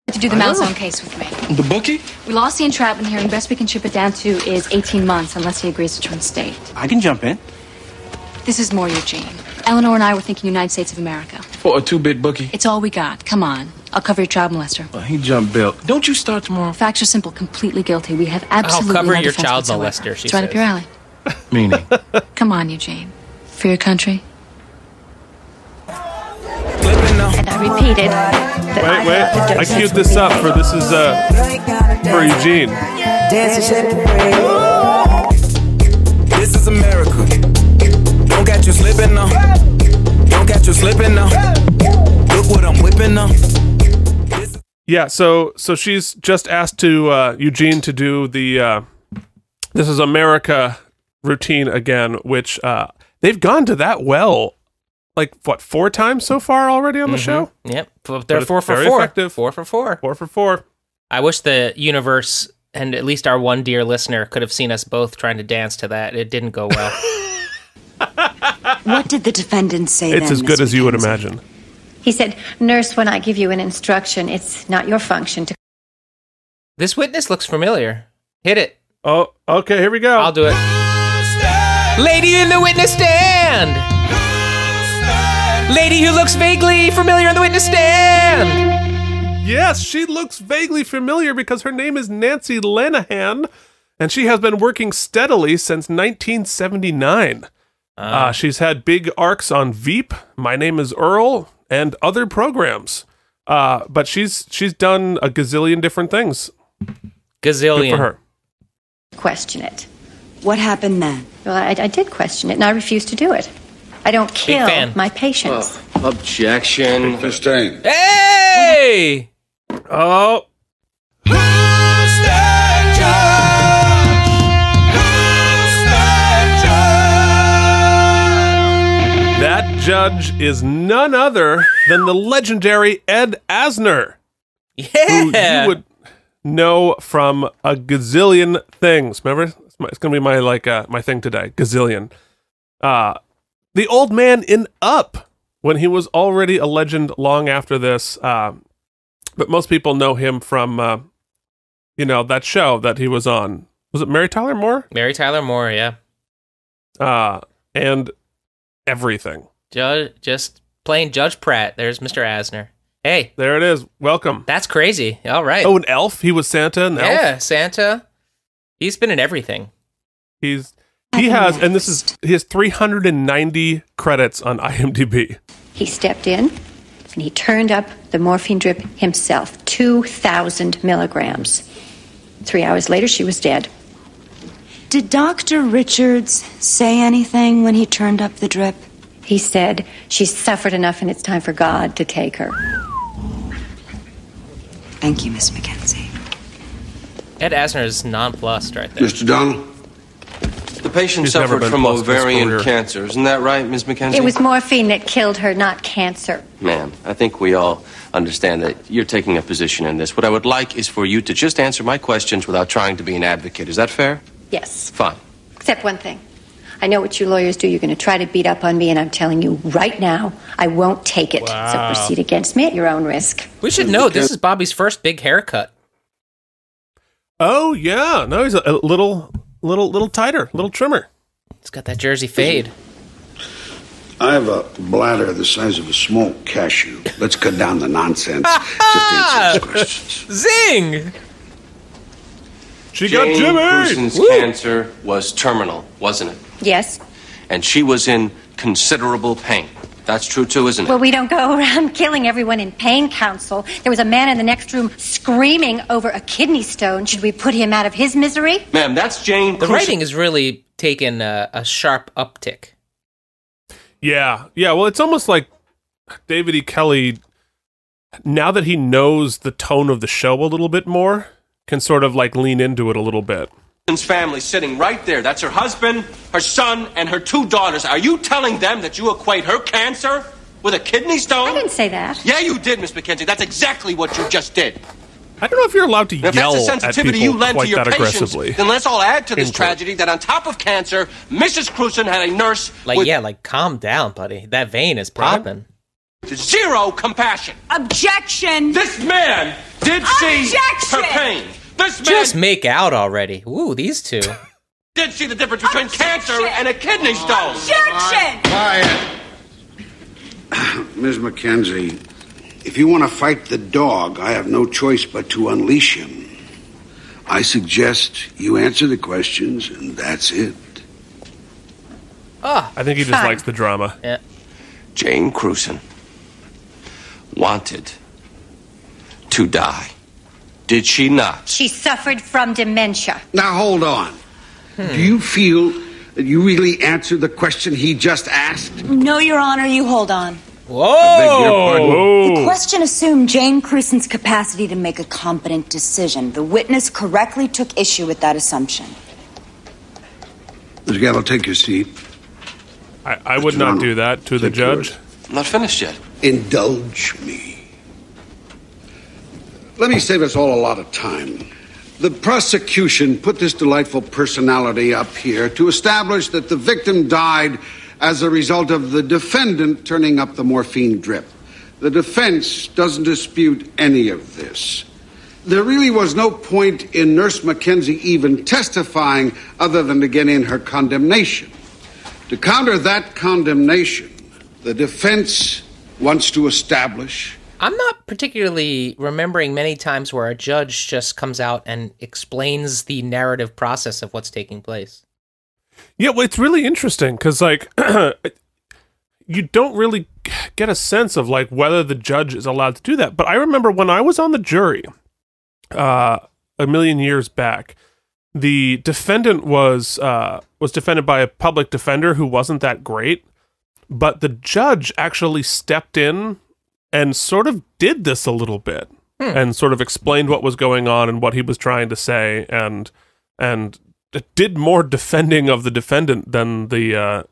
S9: to do the Malzone case with me.
S5: The bookie?
S9: We lost the entrapment hearing. Best we can chip it down to is 18 months, unless he agrees to turn state.
S5: I can jump in.
S9: This is more Eugene. Eleanor and I were thinking United States of America.
S5: For a two-bit bookie.
S9: It's all we got. Come on. I'll cover your child molester.
S8: Well, he jumped bail.
S5: Don't you start tomorrow?
S9: Facts are simple. Completely guilty. We have absolutely
S3: cover
S9: no
S3: your
S9: defense
S3: child
S9: whatsoever.
S3: molester, she
S9: it's right up
S3: says.
S9: your alley.
S5: Meaning?
S9: Come on, Eugene. For your country.
S7: And I repeated that
S1: Wait,
S7: I
S1: wait.
S7: thought the
S1: I
S7: doses
S1: queued
S7: would
S1: this
S7: be-
S1: up for this is uh for Eugene.
S11: This is America. Don't catch you slipping now. Don't catch you slipping now. Look what I'm whipping up.
S1: Yeah, so so she's just asked to uh, Eugene to do the uh, this is America routine again, which uh, they've gone to that well, like what four times so far already on the show,
S3: Mm-hmm. Yep. F- They're
S1: it's
S3: four for
S1: very
S3: four.
S1: effective.
S3: Four for four.
S1: four for four.
S3: I wish the universe and at least our one dear listener could have seen us both trying to dance to that. It didn't go well.
S12: What did the defendant say
S1: It's
S12: then,
S1: as good
S12: Miss
S1: as you would
S12: McKenzie?
S1: imagine.
S13: He said, Nurse, when I give you an instruction, it's not your function to.
S3: This witness looks familiar. Hit it.
S1: Oh, okay, here we go.
S3: I'll do it. Lady in the witness stand. Lady who looks vaguely familiar on the witness stand.
S1: Yes, she looks vaguely familiar because her name is Nancy Lanahan, and she has been working steadily since 1979. Uh, she's had big arcs on Veep, My Name Is Earl, and other programs. Uh, but she's she's done a gazillion different things.
S3: Gazillion
S1: Good for her.
S13: question it.
S12: What happened then?
S13: Well, I, I did question it, and I refused to do it. I don't kill
S14: fan.
S13: my patients.
S14: Objection. Sustained.
S3: Hey!
S1: Oh. That judge is none other than the legendary Ed Asner. Who
S3: Yeah.
S1: you would know from a gazillion things. Remember? It's, my, it's gonna be my like uh, my thing today. Gazillion. Uh the old man in Up when he was already a legend long after this. Uh, but most people know him from uh, you know that show that he was on. Was it Mary Tyler Moore?
S3: Mary Tyler Moore, yeah.
S1: Uh, and everything.
S3: Judge, just plain Judge Pratt. There's Mr. Asner. Hey.
S1: There it is. Welcome.
S3: That's crazy. All right.
S1: Oh, an elf. He was Santa and elf.
S3: yeah, Santa. He's been in everything.
S1: He's he has, and this is he has 390 credits on IMDb.
S13: He stepped in, and he turned up the morphine drip himself 2,000 milligrams. Three hours later, she was dead.
S12: Did Dr. Richards say anything when he turned up the drip?
S13: He said, She's suffered enough, and it's time for God to take her.
S12: Thank you, Miss McKenzie.
S3: Ed Asner is nonplussed right there.
S14: Mr. Donald?
S5: The patient
S14: He's never
S5: suffered
S14: been
S5: from
S14: plus this
S5: ovarian
S14: career.
S5: cancer. Isn't that right, Ms. McKenzie?
S13: It was morphine that killed her, not cancer.
S5: Ma'am, I think we all understand that you're taking a position in this. What I would like is for you to just answer my questions without trying to be an advocate. Is that fair?
S13: Yes.
S5: Fine.
S13: Except one thing. I know what you lawyers do. You're going to try to beat up on me, and I'm telling you right now, I won't take it.
S3: Wow.
S13: So proceed against me at your own risk.
S3: We should know this is Bobby's first big haircut.
S1: Oh yeah, no, he's a, a little little little tighter, little trimmer.
S3: He's got that jersey fade.
S14: I have a bladder the size of a small cashew. Let's cut down the nonsense. Just
S1: Ah!
S14: answer these questions.
S3: Zing!
S1: She
S5: Jane
S13: got Jimmy!
S5: Bruce's
S13: Woo!
S5: cancer was terminal, wasn't it?
S13: Yes.
S5: And she was in considerable pain. That's true too, isn't it?
S13: Well, we don't go around killing everyone in pain council. There was a man in the next room screaming over a kidney stone. Should we put him out of his misery?
S5: Ma'am, that's Jane.
S3: The writing is really taken a, a sharp uptick.
S1: Yeah, yeah. Well, it's almost like David E. Kelly. Now that he knows the tone of the show a little bit more, can sort of like lean into it a little bit.
S5: Cruisen's family sitting right there. That's her husband, her son, and her two daughters. Are you telling them that you equate her cancer with a kidney stone? I didn't
S13: say that.
S5: Yeah, you did, Miss McKenzie. That's exactly what you just did.
S1: I don't know if you're allowed to
S5: And if
S1: yell
S5: that's the
S1: at
S5: sensitivity you
S1: people
S5: lend
S1: quite
S5: to your
S1: that
S5: patients,
S1: aggressively.
S5: then let's all add to this
S1: In court.
S5: tragedy that on top of cancer, Mrs. Cruson had a nurse
S3: Like,
S5: with
S3: yeah, like, calm down, buddy. That vein is popping.
S5: zero compassion.
S12: Objection!
S5: This man did see her pain. This man
S3: Just make out already. Ooh, these two.
S5: did see the difference between cancer and a kidney stone.
S14: Quiet. Ms. McKenzie, if you want to fight the dog, I have no choice but to unleash him. I suggest you answer the questions, and that's it.
S3: Ah,
S1: I think he just
S5: Fine.
S1: likes the drama.
S3: Yeah.
S5: Jane Cruson wanted to die. Did she not?
S13: She suffered from dementia.
S14: Now, hold on. Do you feel that you really answered the question he just asked?
S12: No, Your Honor, you hold on.
S3: Whoa!
S12: Oh! The question assumed Jane Cruson's capacity to make a competent decision. The witness correctly took issue with that assumption.
S14: Ms. Gallo, take your seat.
S1: I, I would not do that to the judge.
S5: I'm not finished yet.
S14: Indulge me. Let me save us all a lot of time. The prosecution put this delightful personality up here to establish that the victim died as a result of the defendant turning up the morphine drip. The defense doesn't dispute any of this. There really was no point in Nurse McKenzie even testifying other than to get in her condemnation. To counter that condemnation, the defense wants to establish
S3: I'm not particularly remembering many times where a judge just comes out and explains the narrative process of what's taking place.
S1: Yeah, well, it's really interesting because like you don't really get a sense of like whether the judge is allowed to do that. But I remember when I was on the jury uh, a million years back, the defendant was uh, was defended by a public defender who wasn't that great, but the judge actually stepped in and sort of did this a little bit
S3: Hmm.
S1: and sort of explained what was going on and what he was trying to say and and d- did more defending of the defendant than the uh,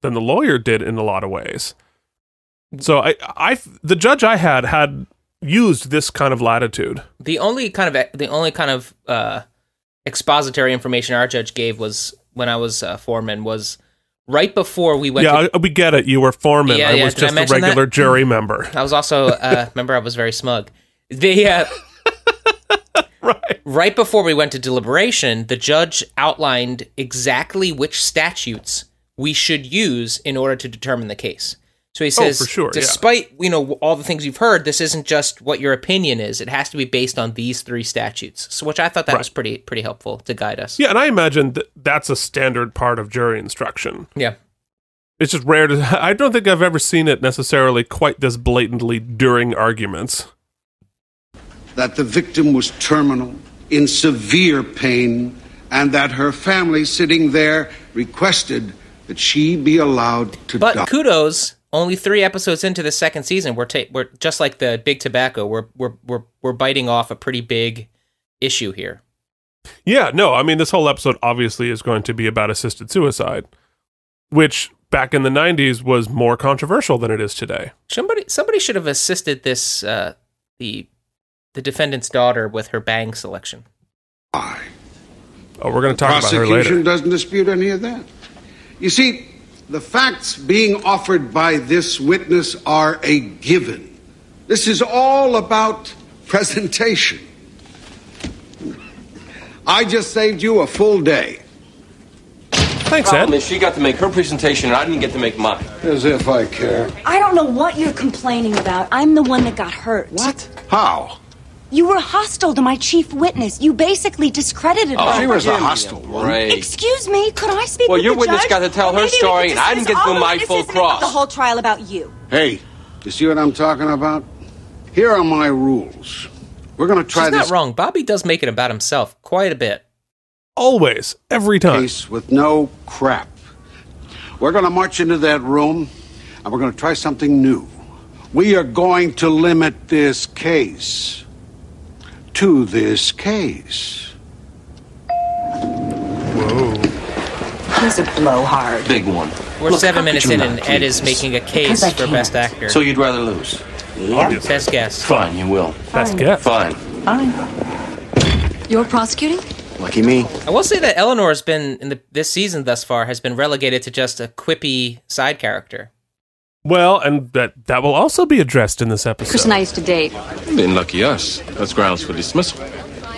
S1: than the lawyer did in a lot of ways. So I I the judge I had had used this kind of latitude.
S3: The only kind of the only kind of uh, expository information our judge gave was when I was uh, foreman was right before we went.
S1: yeah,
S3: to,
S1: I- we get it. You were foreman.
S3: Yeah,
S1: I
S3: yeah,
S1: was
S3: did I
S1: just a
S3: mention that? Mm.
S1: regular jury member.
S3: I was also uh, remember I was very smug. The uh, right right before we went to deliberation, the judge outlined exactly which statutes we should use in order to determine the case. So he
S1: Oh,
S3: says,
S1: for sure, yeah.
S3: despite you know all the things you've heard, this isn't just what your opinion is. It has to be based on these three statutes. So, which I thought that was pretty pretty helpful to guide us.
S1: Yeah, and I imagine that that's a standard part of jury instruction.
S3: Yeah.
S1: It's just rare to. I don't think I've ever seen it necessarily quite this blatantly during arguments.
S14: that the victim was terminal, in severe pain, and that her family sitting there requested that she be allowed to
S3: But
S14: die.
S3: kudos, only three episodes into the second season, we're ta- we're just like the big tobacco. We're we're we're we're biting off a pretty big issue here.
S1: Yeah, no, I mean, this whole episode obviously is going to be about assisted suicide, which back in the 90s was more controversial than it is today.
S3: Somebody somebody should have assisted this uh, the the defendant's daughter with her bang selection.
S1: Oh, we're going to talk about her
S14: Prosecution
S1: later.
S14: doesn't dispute any of that. You see, the facts being offered by this witness are a given. This is all about presentation. I just saved you a full day.
S1: Thanks,
S5: Problem is, she got to make her presentation, and I didn't get to make mine.
S14: As if I care.
S12: I don't know what you're complaining about. I'm the one that got hurt. What?
S14: How?
S12: You were hostile to my chief witness. You basically discredited
S5: Oh,
S12: her.
S14: she was a hostile one.
S12: Excuse me, could I speak
S5: Well,
S12: with
S5: your
S12: the
S5: witness
S12: judge?
S5: got to tell her
S12: Maybe we
S5: story,
S12: could
S5: and I didn't get
S12: dismiss
S5: to
S12: all
S5: do
S12: of
S5: my
S12: this.
S5: full
S12: This isn't about The
S5: cross.
S12: whole trial about you.
S14: Hey, you see what I'm talking about? Here are my rules. We're going to try
S3: She's
S14: this
S3: not wrong. Bobby does make it about himself quite a bit.
S1: Always, every time.
S14: Case with no crap. We're going to march into that room and we're going to try something new. We are going to limit this case to this case.
S12: He's a blowhard.
S5: Big one.
S3: We're
S5: Look,
S3: seven
S5: how
S3: minutes
S5: could
S3: in,
S5: you
S3: and
S5: not
S3: Ed
S5: do
S3: is
S5: this?
S3: making a
S5: Because
S3: case
S5: I
S3: for best
S5: can't.
S3: actor.
S5: So you'd rather lose?
S3: Yeah. Best guess.
S5: Fine, you will.
S9: Best
S5: guess. Fine.
S9: Fine. You're prosecuting?
S5: Lucky me.
S3: I will say that Eleanor has been in the, this season thus far has been relegated to just a quippy side character.
S1: Well, and that, that will also be addressed in this
S9: Chris
S1: episode.
S9: and I used to date.
S2: Then lucky us. That's grounds for dismissal.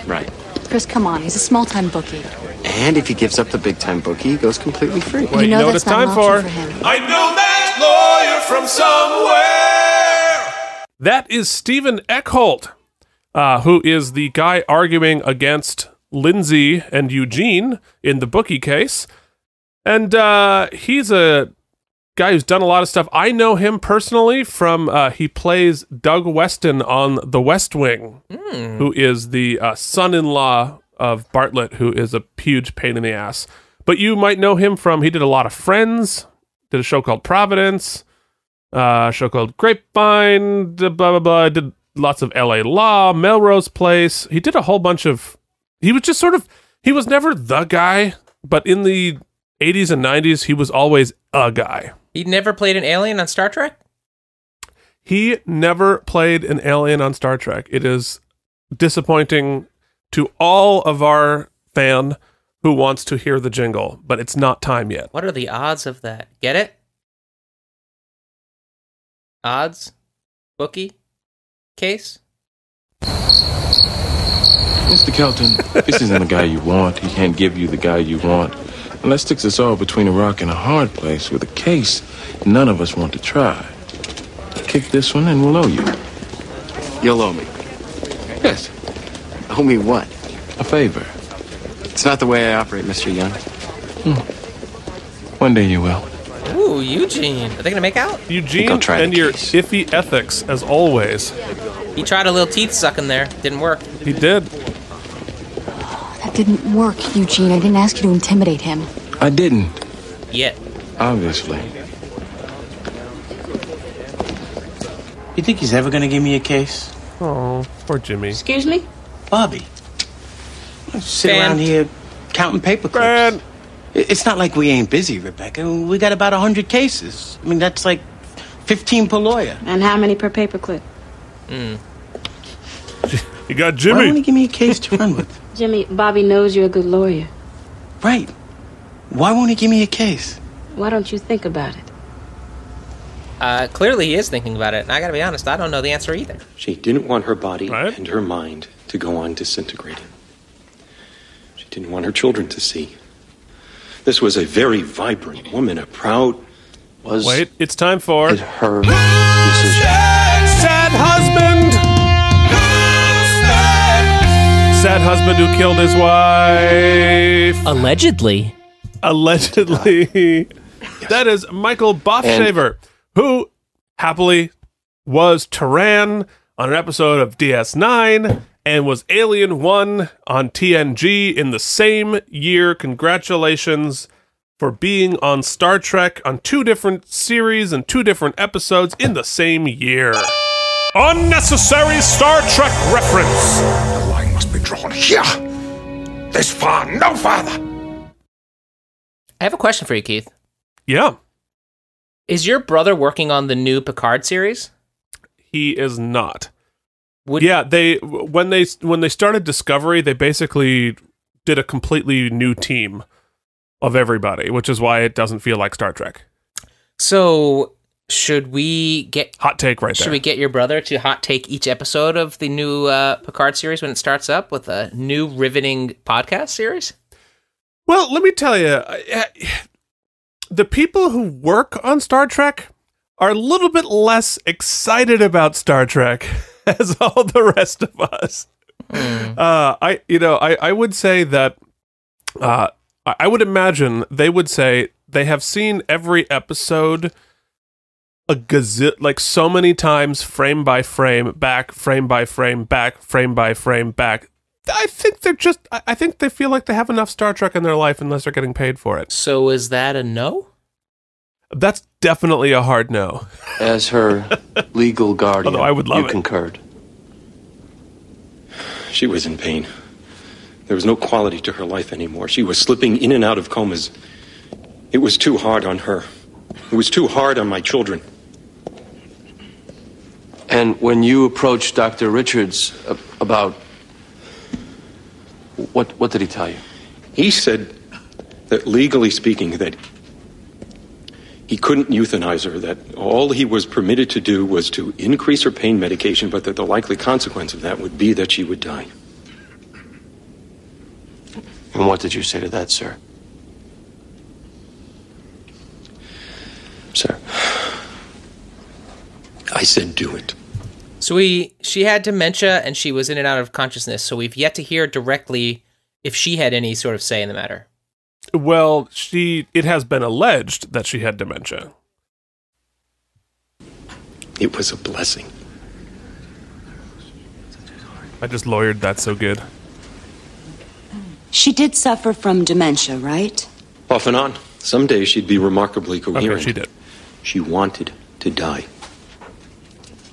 S2: Right.
S9: Chris, come on. He's a small time bookie.
S15: And if he gives up the big time bookie, he goes completely free.
S9: Well, you know know what that's it's not time an option for. for
S1: I know that lawyer from somewhere. That is Stephen Eckholt, uh, who is the guy arguing against Lindsay and Eugene in the bookie case. And uh, he's a guy who's done a lot of stuff. I know him personally from uh, he plays Doug Weston on The West Wing, who is the uh, son-in-law of Bartlett, who is a huge pain in the ass. But you might know him from he did a lot of Friends, did a show called Providence, uh, a show called Grapevine, d- blah blah blah. Did lots of L.A. Law, Melrose Place. He did a whole bunch of. He was just sort of he was never the guy, but in the 80s and 90s, he was always a guy.
S3: He never played an alien on Star Trek.
S1: He never played an alien on Star Trek. It is disappointing to all of our fan who wants to hear the jingle, but it's not time yet.
S3: What are the odds of that? Get it? odds, bookie, case.
S2: Mr. Kelton, this isn't the guy you want. He can't give you the guy you want. And that sticks us all between a rock and a hard place with a case none of us want to try. Kick this one and we'll owe you.
S15: You'll owe me.
S2: Yes.
S15: Owe me what?
S2: A favor.
S15: It's not the way I operate, Mr. Young.
S2: Hmm. One day you will.
S3: Ooh, Eugene. Are they gonna make out?
S1: Eugene and your iffy ethics, as always.
S3: He tried a little teeth sucking there. Didn't work.
S1: He did.
S9: That didn't work, Eugene. I didn't ask you to intimidate him.
S2: I didn't.
S3: Yet.
S2: Obviously.
S16: You think he's ever gonna give me a case?
S1: Oh, poor Jimmy.
S7: Excuse me?
S16: Bobby. I Sit around here counting paper clips. It- It's not like we ain't busy, Rebecca. We got about 100 cases. I mean, that's like 15 per lawyer.
S7: And how many per paperclip?
S1: You got
S16: Why won't he give me a case to run with?
S7: Jimmy, Bobby knows you're a good lawyer.
S16: Right. Why won't he give me a case?
S7: Why don't you think about it?
S3: Uh, clearly, he is thinking about it. And I gotta be honest, I don't know the answer either.
S17: She didn't want her body and her mind to go on disintegrating. She didn't want her children to see. This was a very vibrant woman, a proud was
S1: Wait, it's time for
S17: her
S1: sad husband. Sad husband who killed his wife.
S3: Allegedly.
S1: Allegedly. That is Michael Boffshaver, who happily was Turan on an episode of DS9 and was Alien 1 on TNG in the same year. Congratulations for being on Star Trek on two different series and two different episodes in the same year. Unnecessary Star Trek reference.
S18: The line must be drawn here. This far, no farther.
S3: I have a question for you, Keith.
S1: Yeah.
S3: Is your brother working on the new Picard series?
S1: He is not. yeah, they when they when they started Discovery, they basically did a completely new team of everybody, which is why it doesn't feel like Star Trek.
S3: So should we get
S1: hot take right
S3: should
S1: there.
S3: we get your brother to hot take each episode of the new uh, Picard series when it starts up with a new riveting podcast series?
S1: Well, let me tell you, I- I- the people who work on Star Trek are a little bit less excited about Star Trek as all the rest of us. Uh, I, you know, I, I would say that uh, I I would imagine they would say they have seen every episode a gazette like so many times frame by frame back frame by frame back frame by frame back i think they're just i I think they feel like they have enough star trek in their life unless they're getting paid for it
S3: so is that a no
S1: that's definitely a hard no
S17: as her legal guardian.
S1: Although I would love
S17: you
S1: it.
S17: concurred. She was in pain. There was no quality to her life anymore. She was slipping in and out of comas. It was too hard on her. It was too hard on my children.
S15: And when you approached Dr. Richards a- about. What, what did he tell you?
S17: He said that legally speaking, that he couldn't euthanize her, that all he was permitted to do was to increase her pain medication, but that the likely consequence of that would be that she would die.
S15: And what did you say to that, sir?
S17: Sir, I said do it.
S3: So we she had dementia and she was in and out of consciousness. So we've yet to hear directly if she had any sort of say in the matter.
S1: well she it has been alleged that she had dementia
S17: It was a blessing.
S1: i just lawyered that so good
S12: She did suffer from dementia, right?
S17: Off and on. Some days she'd be remarkably coherent. she
S1: did.
S17: She wanted to die.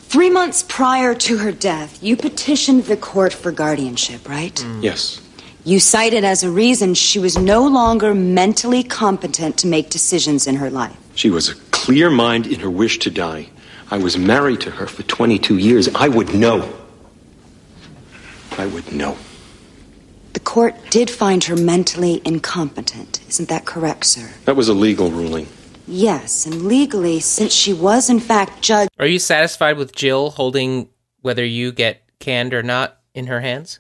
S12: Three months prior to her death, you petitioned the court for guardianship, right?
S3: Mm.
S17: Yes.
S12: You cited as a reason she was no longer mentally competent to make decisions in her life.
S17: She was a clear mind in her wish to die. I was married to her for 22 years. I would know. I would know.
S12: The court did find her mentally incompetent. Isn't that correct, sir?
S17: That was a legal ruling.
S12: Yes, and legally, since she was in fact judged.
S3: Are you satisfied with Jill holding whether you get canned or not in her hands?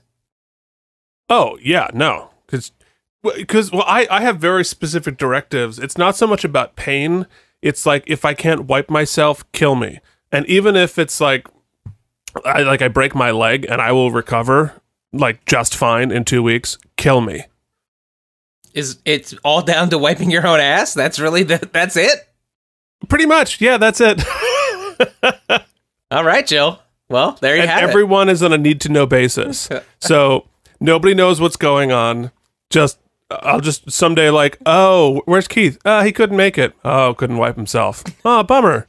S1: Oh yeah, no, because because well, I I have very specific directives. It's not so much about pain. It's like if I can't wipe myself, kill me. And even if it's like I like I break my leg and I will recover like just fine in two weeks, kill me.
S3: Is it's all down to wiping your own ass? That's really the, that's it.
S1: Pretty much, yeah, that's it.
S3: all right, Jill. Well, there you
S1: and
S3: have it.
S1: everyone is on a need to know basis. so nobody knows what's going on. Just I'll just someday like, oh, where's Keith? Uh, he couldn't make it. Oh, couldn't wipe himself. Oh, bummer.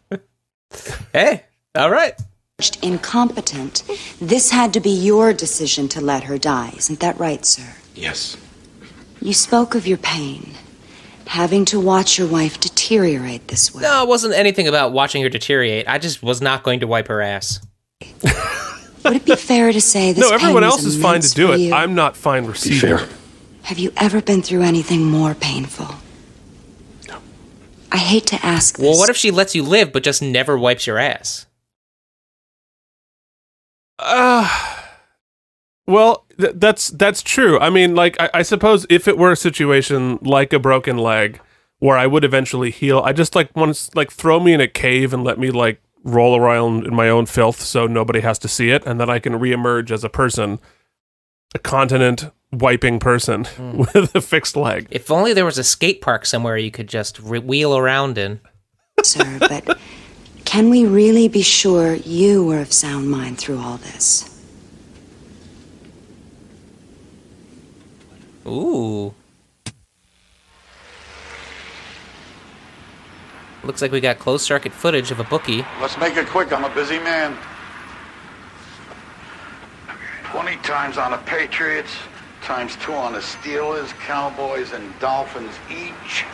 S3: hey, all right.
S12: Incompetent. This had to be your decision to let her die. Isn't that right, sir?
S17: Yes.
S12: You spoke of your pain, having to watch your wife deteriorate this way.
S3: No, it wasn't anything about watching her deteriorate. I just was not going to wipe her ass.
S12: Would it be fair to say this?
S1: no, everyone
S12: pain was
S1: else is fine
S12: immense
S1: to do
S12: for
S1: it.
S12: you?
S1: I'm not fine receiving. it.
S12: Have you ever been through anything more painful? No. I hate to ask this.
S3: Well, what if she lets you live but just never wipes your ass?
S1: Uh, well, th- that's that's true. I mean, like I-, I suppose if it were a situation like a broken leg where I would eventually heal, I just like once like throw me in a cave and let me like roll around in my own filth so nobody has to see it, and then I can reemerge as a person, a continent wiping person
S2: Hmm.
S1: with a fixed leg.
S3: If only there was a skate park somewhere you could just re- wheel around in.
S12: Sir, but can we really be sure you were of sound mind through all this?
S3: Ooh. Looks like we got closed circuit footage of a bookie.
S8: Let's make it quick. I'm a busy man. 20 times on the Patriots, times two on the Steelers, Cowboys, and Dolphins each.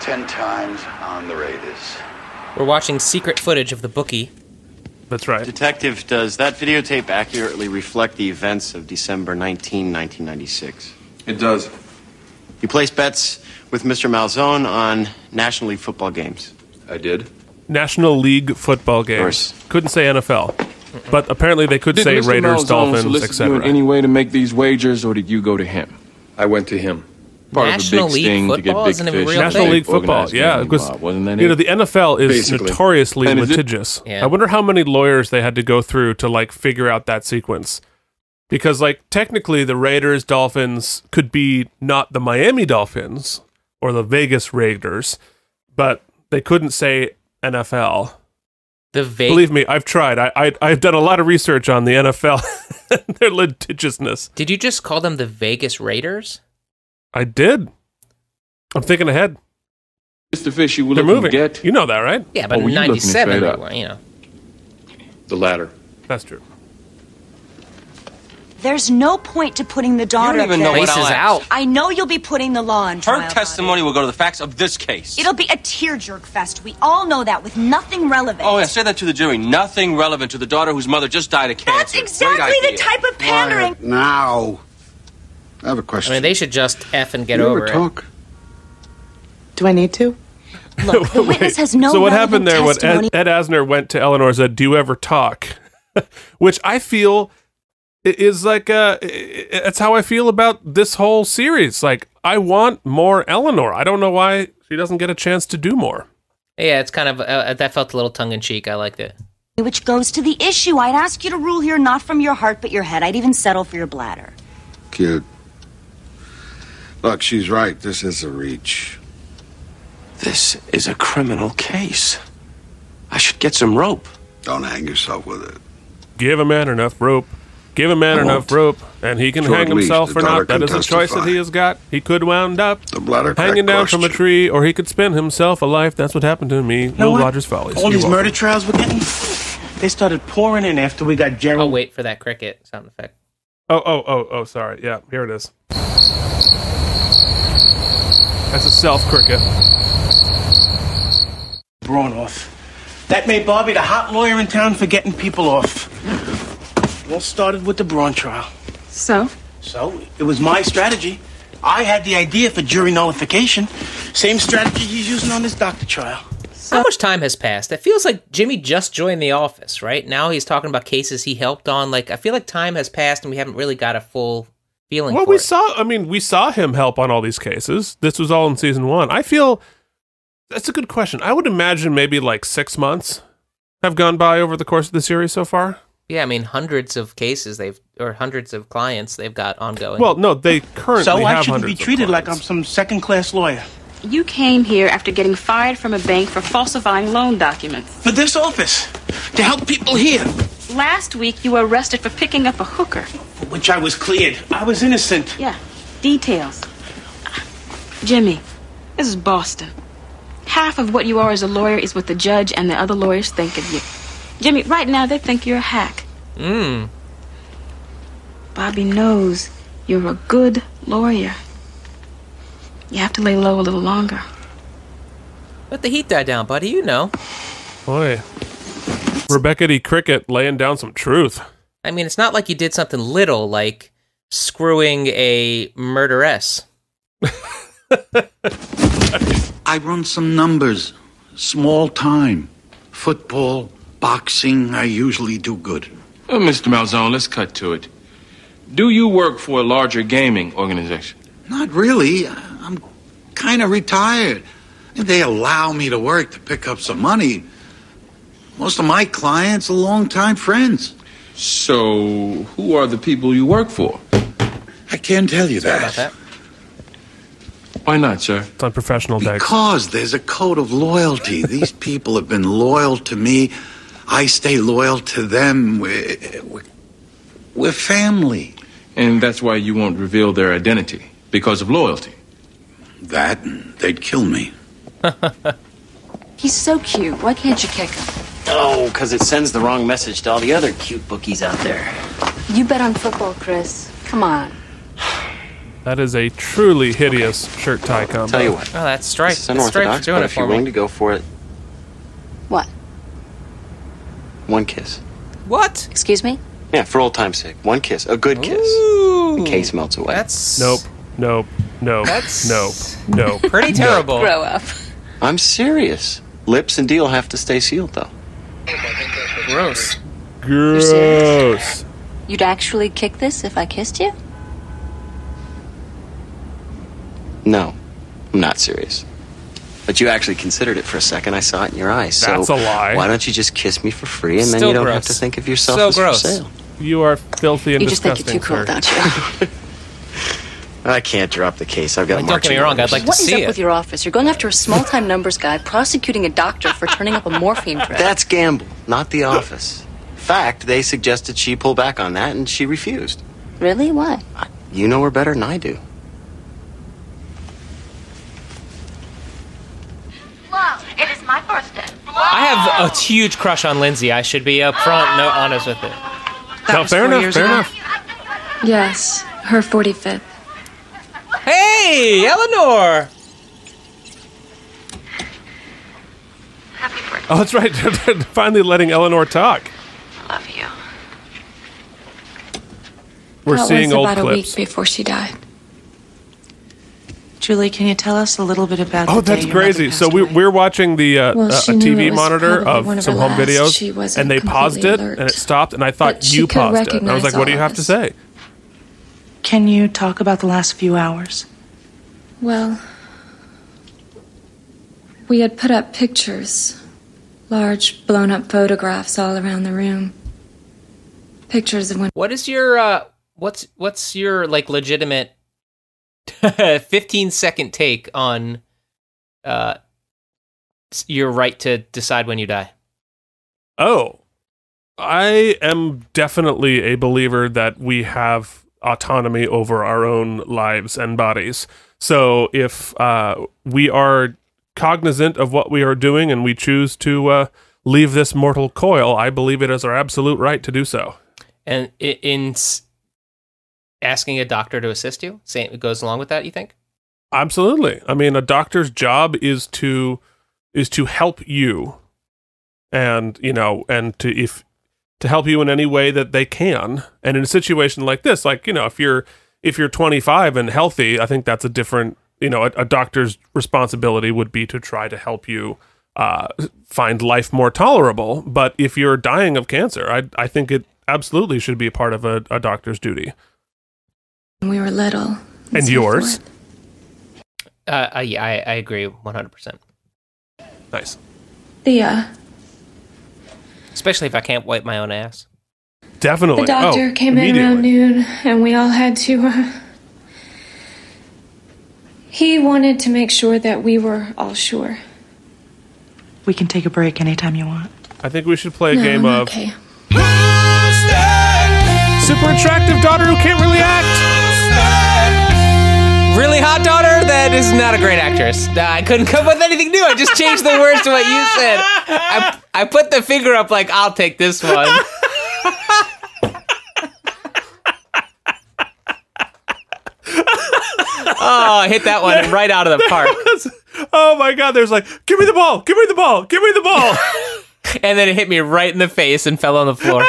S8: 10 times on the Raiders.
S3: We're watching secret footage of the bookie.
S1: That's right.
S15: Detective, does that videotape accurately reflect the events of December 19, 1996?
S2: It does.
S15: You placed bets with Mr. Malzone on National League football games.
S2: I did.
S1: National League football games. Couldn't say NFL, but apparently they could
S2: did
S1: say
S2: Mr.
S1: Raiders,
S2: Malzone
S1: Dolphins,
S2: solicit you in
S1: etc.
S2: any way to make these wagers, or did you go to him? I went to him. Part
S1: National
S2: of a big
S1: League
S2: sting to
S1: football
S2: get big
S1: isn't
S2: fish.
S1: even a real National thing. League football,
S2: Organized
S1: yeah,
S2: gambling
S1: because,
S2: mob, wasn't that
S1: You know,
S2: it?
S1: the NFL is
S2: Basically.
S1: notoriously
S2: And is it-
S1: litigious.
S2: Yeah.
S1: I wonder how many lawyers they had to go through to like figure out that sequence. Because like technically the Raiders Dolphins could be not the Miami Dolphins or the Vegas Raiders, but they couldn't say NFL.
S3: The Vegas
S1: Believe me, I've tried. I, I I've done a lot of research on the NFL and their litigiousness.
S3: Did you just call them the Vegas Raiders?
S1: I did. I'm thinking ahead.
S2: Mr. Fish, you were
S1: They're
S2: looking
S1: moving.
S2: to get.
S1: You know that, right?
S3: Yeah, but
S2: Or were
S3: in
S2: you looking
S3: '97,
S2: straight
S3: they
S2: up?
S3: were, you know.
S2: The latter.
S1: That's true.
S12: There's no point to putting the daughter
S5: even
S12: up
S5: know
S12: there.
S5: what I'll Lisa's ask. out.
S12: I know you'll be putting the law on trial.
S5: Her testimony will go to the facts of this case.
S12: It'll be a tearjerk fest. We all know that, with nothing relevant.
S5: Oh, yeah, say that to the jury. Nothing relevant to the daughter whose mother just died of cancer.
S12: That's exactly
S5: Great
S12: the
S5: idea.
S12: type of pandering.
S14: Now, I have a question.
S3: I mean, they should just f and get
S14: You
S3: over
S14: ever
S3: it.
S14: talk?
S10: Do I need to?
S12: Look, the witness has no
S1: so what
S12: relevant
S1: happened there when
S12: testimony.
S1: Ed, Ed Asner went to Eleanor and said, "Do you ever talk?" Which I feel i- is like uh, i- i- that's how I feel about this whole series. Like I want more Eleanor. I don't know why she doesn't get a chance to do more.
S3: Yeah, it's kind of uh, that felt a little tongue in cheek. I liked it.
S12: Which goes to the issue. I'd ask you to rule here not from your heart but your head. I'd even settle for your bladder.
S14: Cute. Look, she's right. This is a reach.
S15: This is a criminal case. I should get some rope.
S14: Don't hang yourself with it.
S1: Give a man enough rope. Give a man
S14: I
S1: enough
S14: won't.
S1: rope, and he can
S14: Short
S1: hang
S14: leash,
S1: himself
S14: the
S1: or
S14: daughter
S1: not. That
S14: can
S1: is a choice that
S14: testify.
S1: he has got. He could wound up
S14: bladder crack
S1: hanging down from a tree, or he could spend himself alive. That's what happened to me.
S16: know
S1: Will
S16: what?
S1: Rogers Follies.
S16: All
S1: You're
S16: these
S1: welcome.
S16: murder trials we're getting, they started pouring in after we got Gerald.
S3: I'll wait for that cricket sound effect.
S1: Oh, oh, oh, oh, sorry. Yeah, here it is. That's a self cricket.
S16: Braun off. That made Bobby the hot lawyer in town for getting people off. It all started with the Braun trial.
S7: So?
S16: So, it was my strategy. I had the idea for jury nullification. Same strategy he's using on this doctor trial.
S3: How much time has passed? It feels like Jimmy just joined the office, right? Now he's talking about cases he helped on. Like, I feel like time has passed and we haven't really got a full feeling.
S1: Well,
S3: for
S1: we
S3: it.
S1: saw. I mean, we saw him help on all these cases. This was all in season one. I feel that's a good question. I would imagine maybe like six months have gone by over the course of the series so far.
S3: Yeah, I mean, hundreds of cases they've, or hundreds of clients they've got ongoing.
S1: Well, no, they currently
S16: so I
S1: have
S16: shouldn't be
S1: hundreds.
S16: treated like I'm some second class lawyer.
S7: You came here after getting fired from a bank for falsifying loan documents.
S16: For this office, to help people here,
S7: Last week, you were arrested for picking up a hooker.
S16: for which I was cleared. I was innocent.
S7: Yeah, details. Jimmy, this is Boston. Half of what you are as a lawyer is what the judge and the other lawyers think of you. Jimmy, right now they think you're a hack.
S3: Mm.
S7: Bobby knows you're a good lawyer. You have to lay low a little longer.
S3: Let the heat die down, buddy. You know.
S1: Boy, Rebecca D. Cricket laying down some truth.
S3: I mean, it's not like you did something little, like screwing a murderess.
S19: I run some numbers. Small time. Football, boxing, I usually do good.
S2: Well, Mr. Malzone, let's cut to it. Do you work for a larger gaming organization?
S19: Not really. I'm kind of retired. And they allow me to work to pick up some money. Most of my clients are longtime friends.
S2: So, who are the people you work for?
S19: I can't tell you that.
S2: Why not, sir?
S1: It's unprofessional, Dex.
S19: Because there's a code of loyalty. These people have been loyal to me. I stay loyal to them. We're, we're- we're family.
S2: And that's why you won't reveal their identity, because of loyalty.
S19: That, they'd kill me.
S9: He's so cute. Why can't you kick him?
S15: Oh, because it sends the wrong message to all the other cute bookies out there.
S9: You bet on football, Chris. Come on.
S1: That is a truly hideous shirt tie combo.
S15: Tell you what.
S3: Oh, that's Stripe.
S15: It's
S3: That's Stripe's
S15: unorthodox,
S3: doing
S15: but
S3: it
S15: if you're
S3: for me.
S15: willing to go for it,
S9: What?
S15: one kiss.
S3: What?
S9: Excuse me?
S15: Yeah, for old time's sake, one kiss, a good kiss.
S3: The
S15: case melts away.
S3: That's
S1: Nope. Nope. Nope.
S3: That's-
S1: Nope. Nope.
S3: Pretty terrible.
S9: Grow up.
S15: I'm serious. Lips and deal have to stay sealed, though.
S3: Gross.
S1: Gross.
S9: You'd actually kick this if I kissed you?
S15: No, I'm not serious. But you actually considered it for a second. I saw it in your eyes. So
S1: That's a lie.
S15: Why don't you just kiss me for free, and then
S1: Still
S15: you don't have
S1: gross.
S15: to think of yourself
S1: So
S15: as for
S1: gross.
S15: sale.
S1: You are filthy and
S9: you just think
S1: disgusting.
S9: you're too cool,
S1: sir.
S9: don't you?
S15: I can't drop the case. I've got.
S3: Like, don't get me
S15: marching
S3: wrong, I'd
S15: orders.
S3: like to
S9: What is
S3: see
S9: up
S3: it.
S9: with your office? You're going after a small time numbers guy prosecuting a doctor for turning up a morphine drip.
S15: That's gamble, not the office. Fact, they suggested she pull back on that, and she refused.
S9: Really? Why?
S15: You know her better than I do.
S20: Hello, it is my birthday.
S3: I have a huge crush on Lindsay. I should be upfront, no honest with it.
S1: No, fair enough. Fair enough.
S7: Yes, her 45th.
S3: Hey, Eleanor.
S1: Oh, that's right. They're Finally letting Eleanor talk.
S20: Love you.
S1: We're
S7: That was
S1: seeing old
S7: about a
S1: clips.
S9: before she died.
S10: Julie, can you tell us a little bit about?
S1: Oh,
S10: the day
S1: that's
S10: your mother
S1: crazy. So we, we're watching the uh,
S10: Well,
S1: uh,
S10: she
S1: a
S10: knew
S1: TV
S10: it was
S1: monitor
S10: probably
S1: of
S10: one of
S1: some
S10: her
S1: home
S10: last. She
S1: videos,
S10: wasn't
S1: and they paused it
S10: completely
S1: and it stopped, and I thought
S10: she
S1: you
S10: could
S1: paused it, and I was
S10: recognize
S1: like, "What do
S10: all
S1: you
S10: of
S1: have to say?"
S10: Can you talk about the last few hours?
S20: Well, we had put up pictures, large blown up photographs all around the room. Pictures of when
S3: What is your uh what's what's your like legitimate 15 second take on uh s- your right to decide when you die?
S1: Oh, I am definitely a believer that we have autonomy over our own lives and bodies. So if uh, we are cognizant of what we are doing and we choose to uh, leave this mortal coil, I believe it is our absolute right to do so.
S3: And i- in s- asking a doctor to assist you? Same it goes along with that, you think?
S1: Absolutely. I mean, a doctor's job is to is to help you, and you know, and to if to help you in any way that they can. And in a situation like this, like you know, if you're if you're 25 and healthy, I think that's a different you know, a, a doctor's responsibility would be to try to help you uh, find life more tolerable. But if you're dying of cancer, I, I think it absolutely should be a part of a, a doctor's duty.
S20: When we were little.
S1: And
S20: so
S1: yours.
S20: forth.
S3: Uh, I, yeah, I, I agree 100%.
S1: Nice.
S20: The, uh,
S3: Especially if I can't wipe my own ass.
S1: Definitely. Oh,
S20: the doctor came in around noon, and we all had to, uh, he wanted to make sure that we were all sure.
S10: We can take a break anytime you want.
S1: I think we should play a
S20: No,
S1: game
S20: I'm
S1: of
S20: okay.
S1: super attractive daughter who can't really act.
S3: Really hot daughter that is not a great actress. Nah, I couldn't come up with anything new. I just changed the words to what you said. I, I put the finger up like, I'll take this one. oh, I hit that one right out of the park.
S1: oh my god, there's like, give me the ball, give me the ball, give me the ball.
S3: and then it hit me right in the face and fell on the floor.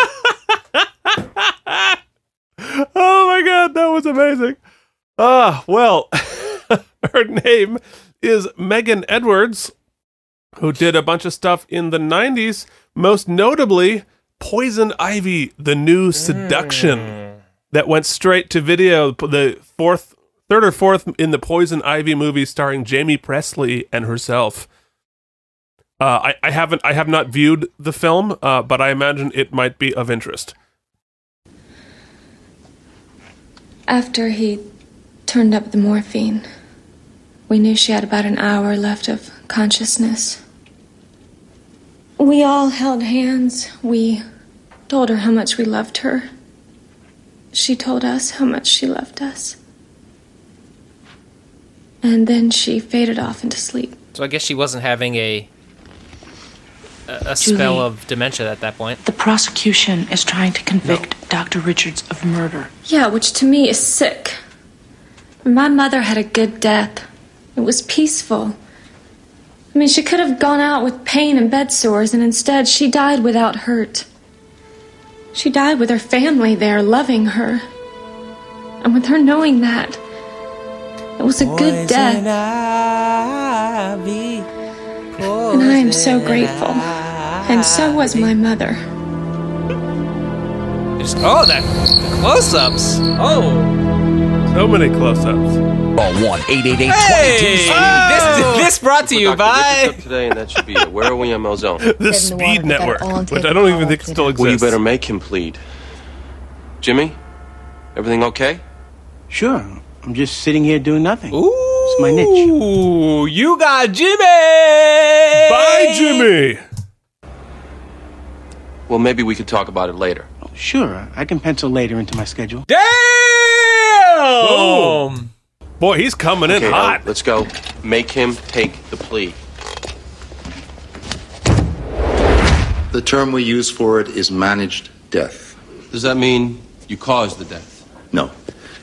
S1: oh my god, that was amazing. Ah, well, her name is Megan Edwards, who did a bunch of stuff in the 90s, most notably Poison Ivy, the new seduction that went straight to video, p- the fourth third or fourth in the Poison Ivy movie starring Jamie Presley and herself. Uh, I, I haven't I have not viewed the film, uh, but I imagine it might be of interest.
S20: After he turned up the morphine, we knew she had about an hour left of consciousness. We all held hands. We told her how much we loved her. She told us how much she loved us. And then she faded off into sleep.
S3: So I guess she wasn't having a a, a spell
S10: Julie.
S3: of dementia at that point.
S10: The prosecution is trying to convict Dr. Richards of murder.
S20: Yeah, which to me is sick. My mother had a good death. It was peaceful. I mean, she could have gone out with pain and bed sores, and instead she died without hurt. She died with her family there loving her. And with her knowing that, it was a good death. and I am so grateful. And so was my mother.
S3: Just- oh, that close-ups. Oh,
S1: So many close-ups.
S21: Call one eight eight eight
S3: Hey!
S1: Ah!
S3: This, this brought to you by.
S2: Today, and that should be it. Where are we in Mozone?
S1: The Speed Network, which I don't even think still exists.
S2: Well, you better make him plead. Jimmy, everything okay?
S16: Sure. I'm just sitting here doing nothing.
S3: Ooh.
S16: It's my niche.
S3: Ooh, you got Jimmy. Bye,
S1: Jimmy.
S2: Well, maybe we could talk about it later.
S16: Sure. I can pencil later into my schedule.
S3: Damn!
S1: Oh. Boy, he's coming
S2: in hot. um, let's go. Make him take the plea.
S22: The term we use for it is managed death. Does that mean you caused the death? No.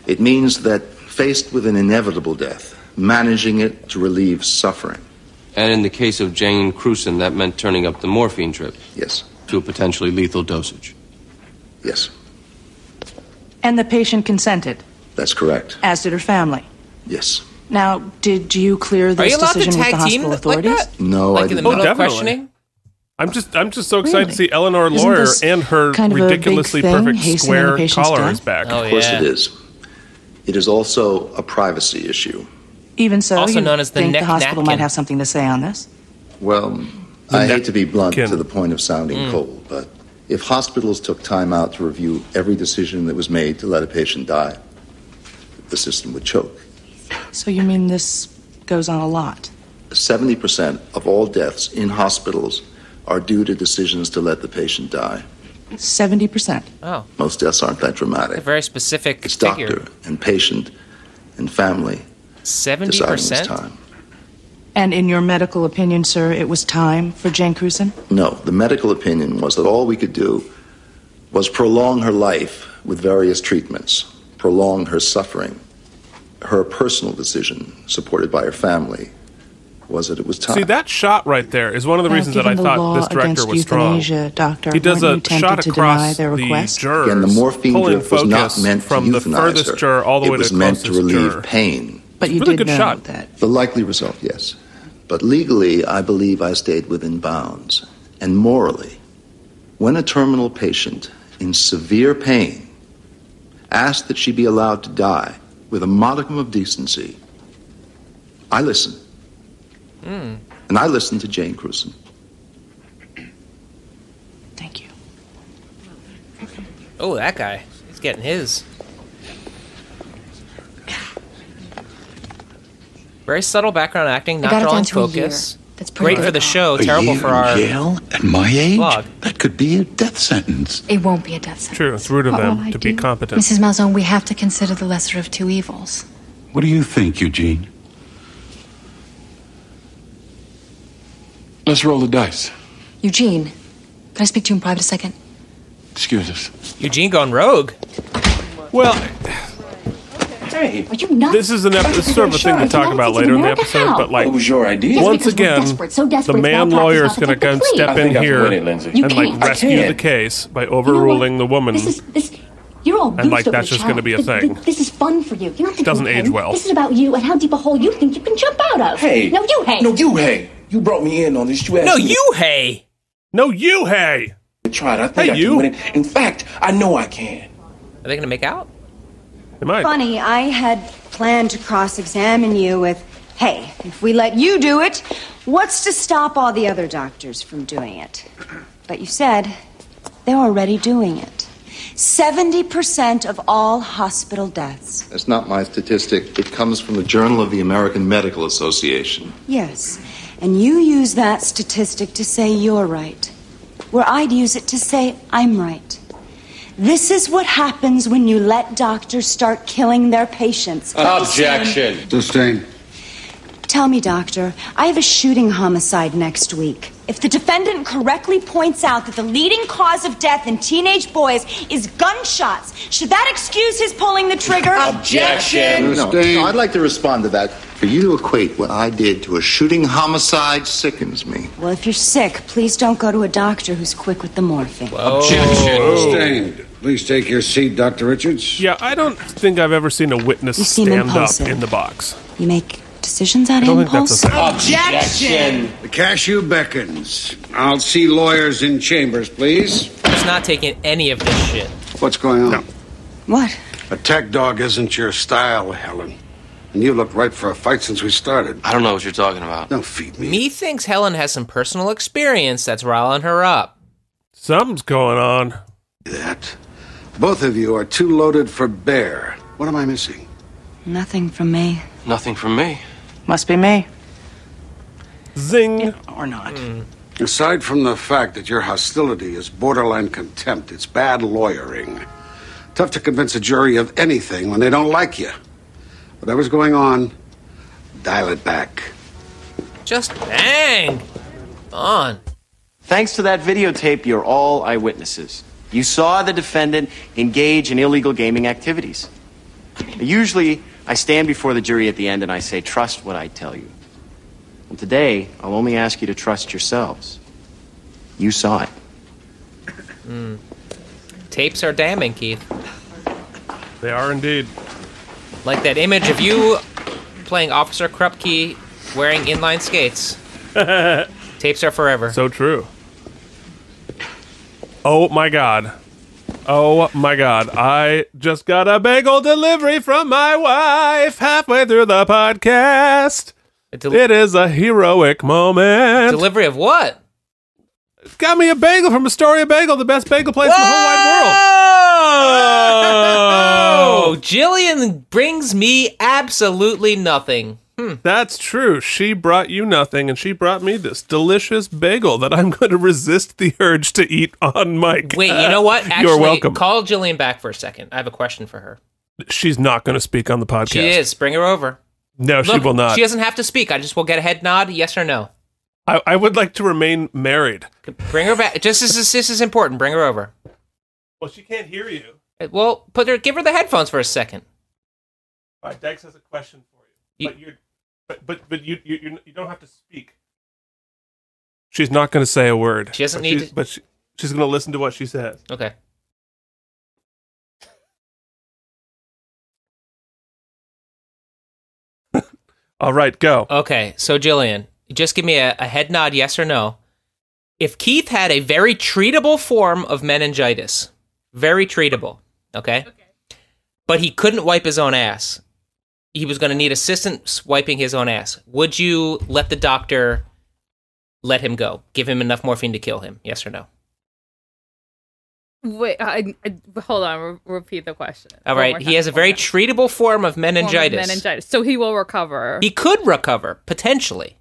S22: It means that faced with an inevitable death, managing it to relieve suffering.
S2: And in the case of Jane Cruson, that meant turning up the morphine drip.
S22: Yes.
S2: To a potentially lethal dosage.
S22: Yes,
S10: And the patient consented,
S22: that's correct.
S10: as did her family.
S22: Yes.
S10: Now, did you clear this
S3: you allowed to
S10: decision with
S3: tag
S10: the
S3: team
S10: hospital
S3: like
S10: authorities?
S22: No,
S10: Like
S22: I
S10: in the
S22: didn't.
S10: middle of
S1: definitely.
S10: questioning?
S1: I'm just I'm just so excited to see Eleanor
S22: Isn't
S1: Lawyer
S22: this
S1: and her
S22: kind of a big
S1: ridiculously
S22: thing,
S1: perfect
S22: hastening
S1: square
S22: the patient's
S1: collar
S22: death?
S1: is back.
S22: of course it is. It is also a privacy issue.
S10: Even so,
S22: Also
S10: you
S22: known as the
S10: think
S22: neck
S10: the hospital might
S22: napkin.
S10: have something to say on this.
S22: Well, I hate to be blunt to the point of sounding cold, but if hospitals took time out to review every decision that was made to let a patient die, the system would choke.
S10: So you mean this goes on a lot?
S22: 70% of all deaths in hospitals are due to decisions to let the patient die.
S10: 70%.
S3: Oh,
S22: Most deaths aren't that dramatic.
S3: a very specific
S22: It's
S3: figure.
S22: doctor and patient and family
S3: Seventy
S22: deciding it's
S3: percent.
S22: time.
S10: And in your medical opinion, sir, it was time for Jane Cruson?
S22: No, the medical opinion was that all we could do was prolong her life with various treatments, prolong her suffering. Her personal decision, supported by her family, was that it was time.
S1: See that shot right there is one of the
S22: Now,
S1: reasons that I
S22: given the
S1: thought
S22: law
S1: this director
S22: against
S1: was strong.
S22: euthanasia,
S10: doctor,
S1: he does
S10: weren't
S1: a
S10: you tempted
S1: shot
S10: to deny
S1: across
S10: their
S1: the
S10: request?
S1: jurors,
S22: Again, the morphine
S1: pulling
S22: drip was
S1: focus
S22: not meant
S1: from
S22: to euthanize
S1: the furthest
S22: her.
S1: juror all the
S22: it
S1: way
S22: was
S1: to the
S22: meant to
S1: closest
S22: relieve
S1: juror.
S22: pain
S10: But you did know that.
S22: The likely result, yes. But legally, I believe I stayed within bounds. And morally, when a terminal patient in severe pain asks that she be allowed to die with a modicum of decency, I listen.
S3: Hmm.
S11: Mm.
S22: And I listen to Jane Cruson.
S3: Oh, that guy. He's getting his. Very subtle background acting, not
S9: got it
S3: drawing
S9: down to a
S3: focus.
S9: year. That's pretty
S3: Great for
S9: good.
S3: the show,
S19: A
S3: Oh, terrible
S19: year
S3: for our.
S19: in jail at my age?
S3: blog.
S19: That could be a death sentence.
S9: It won't be a death sentence.
S1: True, it's rude of
S9: What
S1: them
S9: will I
S1: to be
S9: do?
S1: competent.
S9: Mrs. Malzone, we have to consider the lesser of two evils.
S19: What do you think, Eugene?
S2: Let's roll the dice.
S9: Eugene, can I speak to you in private a second?
S2: Excuse us.
S3: Eugene gone rogue.
S1: Well,
S9: Are you nuts?
S1: This is an ep- it's sort of a thing to talk about later in the episode, but like, once again, the man lawyer is going to come step
S2: I
S1: in
S2: think I've
S1: here
S2: won it, Lindsay.
S1: and
S2: You
S1: like
S2: can't. I
S1: rescue
S2: can't.
S1: the case by overruling the woman,
S4: You're all
S1: and like
S4: goosed over
S1: that's
S4: the
S1: just going to
S4: child.
S1: be a
S4: Th-
S1: thing.
S4: This is fun for you. You're not thinking
S1: Doesn't
S4: of
S1: age
S4: him.
S1: well.
S4: This is about you and how deep a hole you think you can jump out of.
S1: Hey.
S4: No, you hey.
S1: No, you hey.
S4: You brought me in on this. You
S1: asked No, me to- you
S3: hey.
S1: No, you hey.
S4: Tried. I
S1: think Hey, I can you. win
S4: it. In fact, I know I can.
S3: Are they going to make out?
S1: They might.
S12: Funny, I had planned to cross examine you with hey, if we let you do it, what's to stop all the other doctors from doing it? But you said they're already doing it. 70% of all hospital deaths.
S22: That's not my statistic. It comes from the Journal of the American Medical Association.
S12: Yes. And you use that statistic to say you're right, where I'd use it to say I'm right. This is what happens when you let doctors start killing their patients.
S14: Objection. Sustained.
S12: Tell me, Doctor, I have a shooting homicide next week. If the defendant correctly points out that the leading cause of death in teenage boys is gunshots, should that excuse his pulling the trigger?
S22: No, no, I'd like to respond to that. For you to equate what I did to a shooting homicide sickens me.
S12: Well, if you're sick, please don't go to a doctor who's quick with the morphine.
S14: Objection. Sustained. Please take your seat, Dr. Richards.
S1: Yeah, I don't think I've ever seen a witness
S14: You seem
S1: stand up
S14: impulsive.
S1: in the box.
S12: You make decisions out of
S1: I don't think
S12: impulse?
S1: that's a thing.
S14: Objection. The cashew beckons. I'll see lawyers in chambers, please.
S3: He's not taking any of this shit.
S14: What's going on?
S12: What?
S14: A tech dog isn't your style, Helen. And you look right for a fight since we started. I don't know what you're talking about. Don't feed me.
S3: Me thinks Helen has some personal experience that's riling her up.
S1: Something's going on.
S14: That. Both of you are too loaded for bear. What am I missing?
S12: Nothing from me.
S14: Nothing from me.
S10: Must be me.
S1: Zing.
S10: or not.
S14: Hmm. Aside from the fact that your hostility is borderline contempt, it's bad lawyering. Tough to convince a jury of anything when they don't like you. Whatever's going on, dial it back.
S3: Just bang. On.
S15: Thanks to that videotape, you're all eyewitnesses. You saw the defendant engage in illegal gaming activities. Usually, I stand before the jury at the end and I say, trust what I tell you. Well, today, I'll only ask you to trust yourselves. You saw it.
S3: Mm. Tapes are damning, Keith.
S1: They are indeed.
S3: Like that image of you playing Officer Krupke wearing inline skates. Tapes are forever.
S1: So true. Oh my god. Oh my god. I just got a bagel delivery from my wife halfway through the podcast. it is a heroic moment.
S3: Delivery of what?
S1: Got me a bagel from Astoria Bagel, the best bagel place in the whole wide world.
S3: Oh, Jillian brings me absolutely nothing. Hmm.
S1: That's true. She brought you nothing, and she brought me this delicious bagel that I'm going to resist the urge to eat on mic.
S3: Wait, you know what? Actually,
S1: You're welcome.
S3: Call Jillian back for a second. I have a question for her.
S1: She's not going to speak on the podcast.
S3: She is. Bring her over.
S1: No, she
S3: Look,
S1: will not.
S3: She doesn't have to speak. I just will get a head nod, yes or no.
S1: I, I would like to remain married.
S3: Bring her back. Just as this, this is important, bring her over.
S1: Well, she can't hear you.
S3: Uh, Well, put her. Give her the headphones for a second.
S1: All right, Dex has a question for you. But you're, but but, but you, you you you don't have to speak. She's not going to say a word. She
S3: doesn't
S1: but
S3: need
S1: She's,
S3: to-
S1: but she, she's going to listen to what she says.
S3: Okay.
S1: All right, go.
S3: Okay, so Jillian, just give me a, a head nod, yes or no. If Keith had a very treatable form of meningitis, very treatable, okay, but he couldn't wipe his own ass, he was going to need assistance wiping his own ass. Would you let the doctor let him go, give him enough morphine to kill him? Yes or no?
S6: Wait, I, I, hold on. Re- repeat the question.
S3: All
S6: One
S3: right,
S6: more
S3: he has a very treatable form of
S6: time. Form of
S3: meningitis.
S6: Meningitis. So he will recover.
S3: He could recover potentially.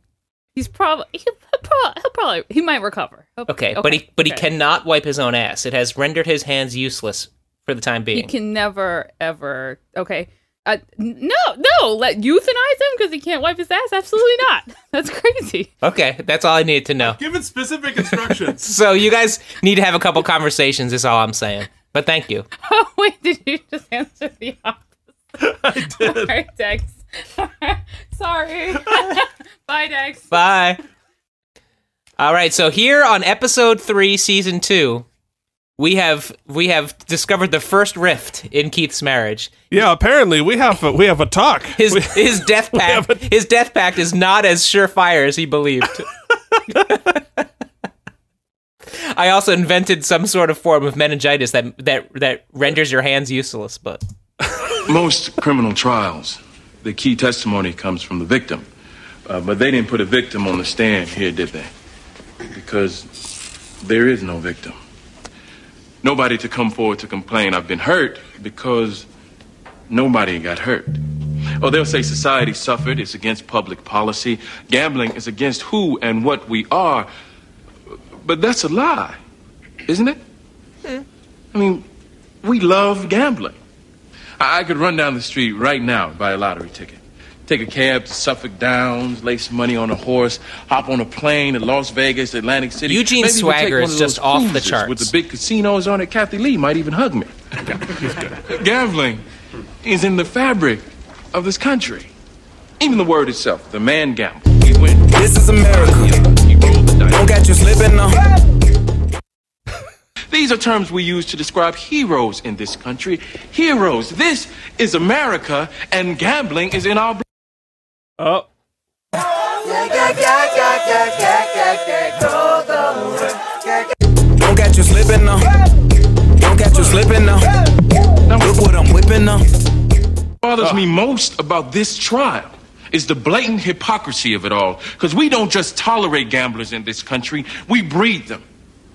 S6: He's probably he'll, probably he'll probably he might recover. He'll-
S3: Okay, but he but he
S6: okay.
S3: cannot wipe his own ass. It has rendered his hands useless for the time
S6: He
S3: being.
S6: can never ever. Okay. Uh, n- no, no, let euthanize him because he can't wipe his ass. Absolutely not. That's crazy.
S3: okay, that's all I needed to know.
S1: Given specific instructions.
S3: So you guys need to have a couple conversations. Is all I'm saying. But thank you.
S6: Oh wait, did you just answer the opposite? I did. All right, Dex. Sorry. Bye, Dex.
S3: Bye. All right, so here on episode three, season two, we have we have discovered the first rift in Keith's marriage.
S1: Yeah, apparently we have a, we have a talk.
S3: His his death pact his death pact is not as surefire as he believed. I also invented some sort of form of meningitis that that that renders your hands useless, but
S2: Most criminal trials, the key testimony comes from the victim. Uh, but they didn't put a victim on the stand here, did they? Because there is no victim. Nobody to come forward to complain, I've been hurt, because nobody got hurt. Oh, they'll say society suffered, it's against public policy, gambling is against who and what we are. But that's a lie, isn't it? I mean, we love gambling. I, I could run down the street right now and buy a lottery ticket. Take a cab to Suffolk Downs, lay some money on a horse, hop on a plane to Las Vegas, Atlantic City.
S3: Eugene
S2: Maybe even take
S3: Swagger
S2: one
S3: is
S2: of those
S3: just off the
S2: cruises
S3: charts.
S2: With the big casinos on it, Kathy Lee might even hug me. Gambling is in the fabric of this country. Even the word itself, the man gamble. He went.
S11: This is America. Don't catch you slipping now.
S2: These are terms we use to describe heroes in this country. Heroes. This is America, and gambling is in our blood.
S1: Oh.
S11: Don't catch you slipping now. Don't catch you slipping now. Look what I'm whipping now.
S2: bothers me most about this trial is the blatant hypocrisy of it all. Because we don't just tolerate gamblers in this country, we breed them.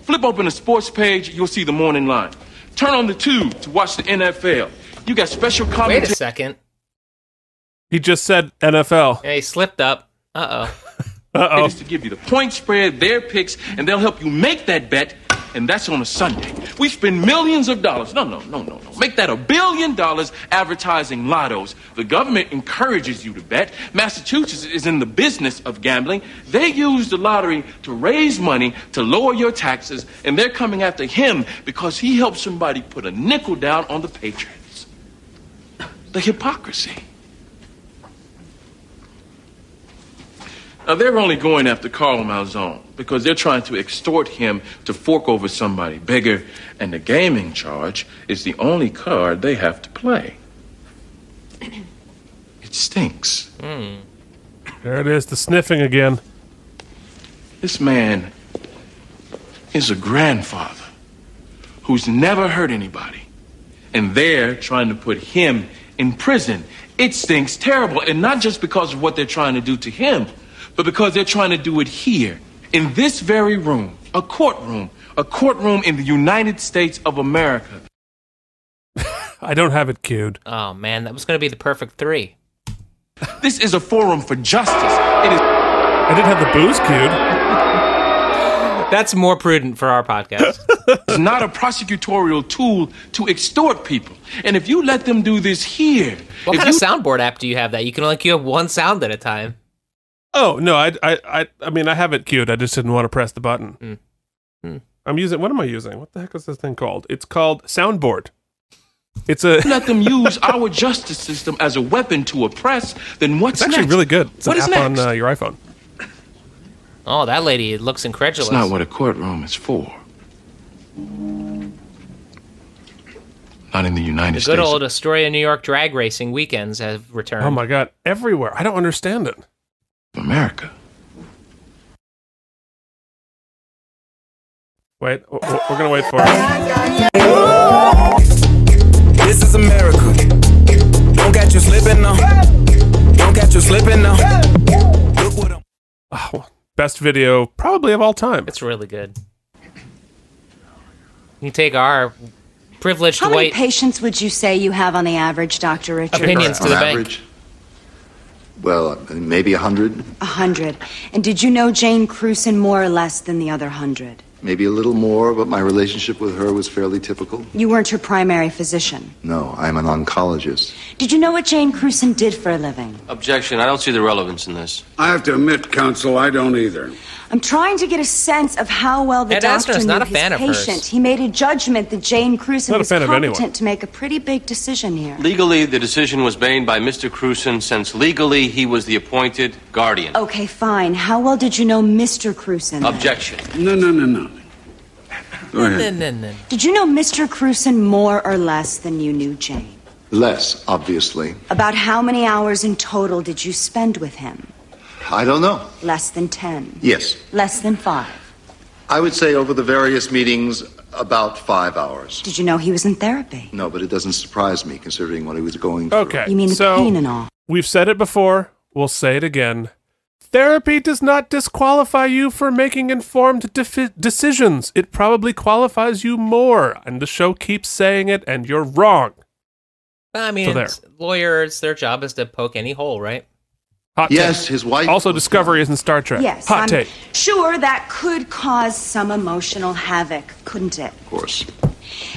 S2: Flip open the sports page, you'll see the morning line. Turn on the tube to watch the NFL. You got special commentary.
S3: wait a second.
S1: He just said NFL.
S3: Hey, he slipped up. Uh oh.
S1: Uh-oh.
S2: It is to give you the point spread, their picks, and they'll help you make that bet, and that's on a Sunday. We spend millions of dollars. No, no, no, no, no. Make that a billion dollars advertising lottos. The government encourages you to bet. Massachusetts is in the business of gambling. They use the lottery to raise money to lower your taxes, and they're coming after him because he helped somebody put a nickel down on the Patriots. The hypocrisy. Now, they're only going after Carl Malzone because they're trying to extort him to fork over somebody bigger, and the gaming charge is the only card they have to play. It stinks.
S3: Hmm.
S1: There it is, the sniffing again.
S2: This man is a grandfather who's never hurt anybody, and they're trying to put him in prison. It stinks terrible, and not just because of what they're trying to do to him, but because they're trying to do it here, in this very room, a courtroom, a courtroom in the United States of America.
S1: I don't have it queued.
S3: Oh man, that was gonna be the perfect three.
S2: This is a forum for justice. It is.
S1: I didn't have the booze queued.
S3: That's more prudent for our podcast.
S2: It's not a prosecutorial tool to extort people. And if you let them do this here,
S3: What
S2: if
S3: kind
S2: you
S3: of soundboard app do you have that you can only queue up one sound at a time?
S1: Oh no, I, I, I, I mean, I have it queued. I just didn't want to press the button.
S3: Mm.
S1: I'm using. What am I using? What the heck is this thing called? It's called soundboard. It's a.
S2: let them use our justice system as a weapon to oppress, then what's
S1: It's actually
S2: next?
S1: really good. It's
S2: What
S1: an
S2: is
S1: app
S2: next?
S1: on uh, your iPhone.
S3: Oh, that lady looks incredulous.
S2: It's not what a courtroom is for. Not in the United
S3: The
S2: States.
S3: good old Astoria, New York drag racing weekends have returned.
S1: Oh my god, everywhere. I don't understand it.
S2: America.
S1: Wait, w- w- we're gonna wait for it.
S11: This is America. Don't catch you slipping now. Don't catch you slipping now.
S1: Best video probably of all time.
S3: It's really good. You take our privileged
S12: How many
S3: white
S12: patients would you say you have on the average, Dr. Richards?
S22: On average, Well, uh, maybe 100,
S12: A hundred. And did you know Jane Cruson more or less than the other hundred?
S22: maybe a little more, but my relationship with her was fairly typical.
S12: You weren't her primary physician.
S22: No, I'm an oncologist.
S12: Did you know what Jane Cruson did for a living?
S5: Objection. I don't see the relevance in this.
S14: I have to admit, counsel, I don't either.
S12: I'm trying to get a sense of how well the
S5: Ed
S12: doctor
S5: Asner's
S12: knew
S5: not a
S12: his
S5: fan of hers.
S12: patient. He made a judgment that Jane Cruson
S5: Not a
S12: was
S5: fan of anyone.
S12: competent to make a pretty big decision here.
S5: Legally, the decision was made by Mr. Cruson since legally he was the appointed guardian.
S12: Okay, fine. How well did you know Mr. Cruson?
S5: Objection.
S14: No, no, no, no.
S5: Go
S14: ahead.
S12: Did you know Mr. Cruson more or less than you knew Jane?
S22: Less, obviously.
S12: About how many hours in total did you spend with him?
S22: I don't know.
S12: Less than 10.
S22: Yes.
S12: Less than 5.
S22: I would say over the various meetings, about five hours.
S12: Did you know he was in therapy?
S22: No, but it doesn't surprise me considering what he was going through.
S1: Okay.
S12: You mean the
S1: so
S12: pain and all.
S1: We've said it before. We'll say it again. Therapy does not disqualify you for making informed defi- decisions. It probably qualifies you more. And the show keeps saying it, and you're wrong.
S3: I mean,
S1: So there.
S3: it's lawyers, their job is to poke any hole, right?
S1: Hot
S22: yes,
S1: take.
S22: his wife.
S1: Also, Discovery isn't Star Trek.
S12: Yes.
S1: Hot
S12: I'm
S1: take.
S12: Sure, that could cause some emotional havoc, couldn't it? Of
S22: course.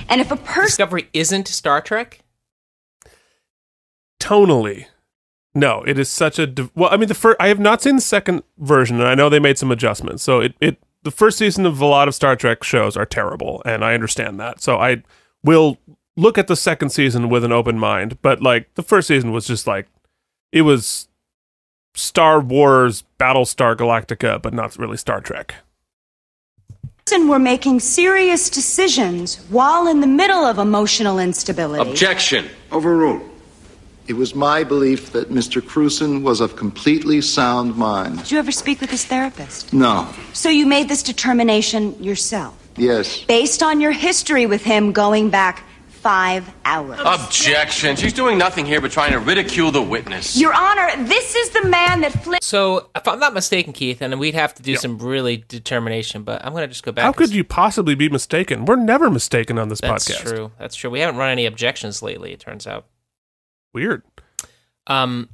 S12: And if a person.
S3: Discovery isn't Star Trek?
S1: tonally no it is such a div- well i mean the first i have not seen the second version and i know they made some adjustments so it, it the first season of a lot of star trek shows are terrible and i understand that so i will look at the second season with an open mind but like the first season was just like it was star wars battlestar galactica but not really star trek
S12: person were making serious decisions while in the middle of emotional instability.
S22: Objection. Overruled. It was my belief that Mr. Cruson was of completely sound mind.
S12: Did you ever speak with his therapist?
S22: No.
S12: So you made this determination yourself,
S22: Yes.
S12: based on your history with him going back five hours.
S5: Objection. She's doing nothing here but trying to ridicule the witness.
S12: Your Honor, this is the man that flipped.
S3: So, if I'm not mistaken, Keith, and we'd have to do some really determination, but I'm going to just go back.
S1: how could you possibly be mistaken we're never mistaken on this
S3: That's
S1: podcast
S3: true. That's true. We haven't run any objections lately, it turns out.
S1: Weird.
S3: Um,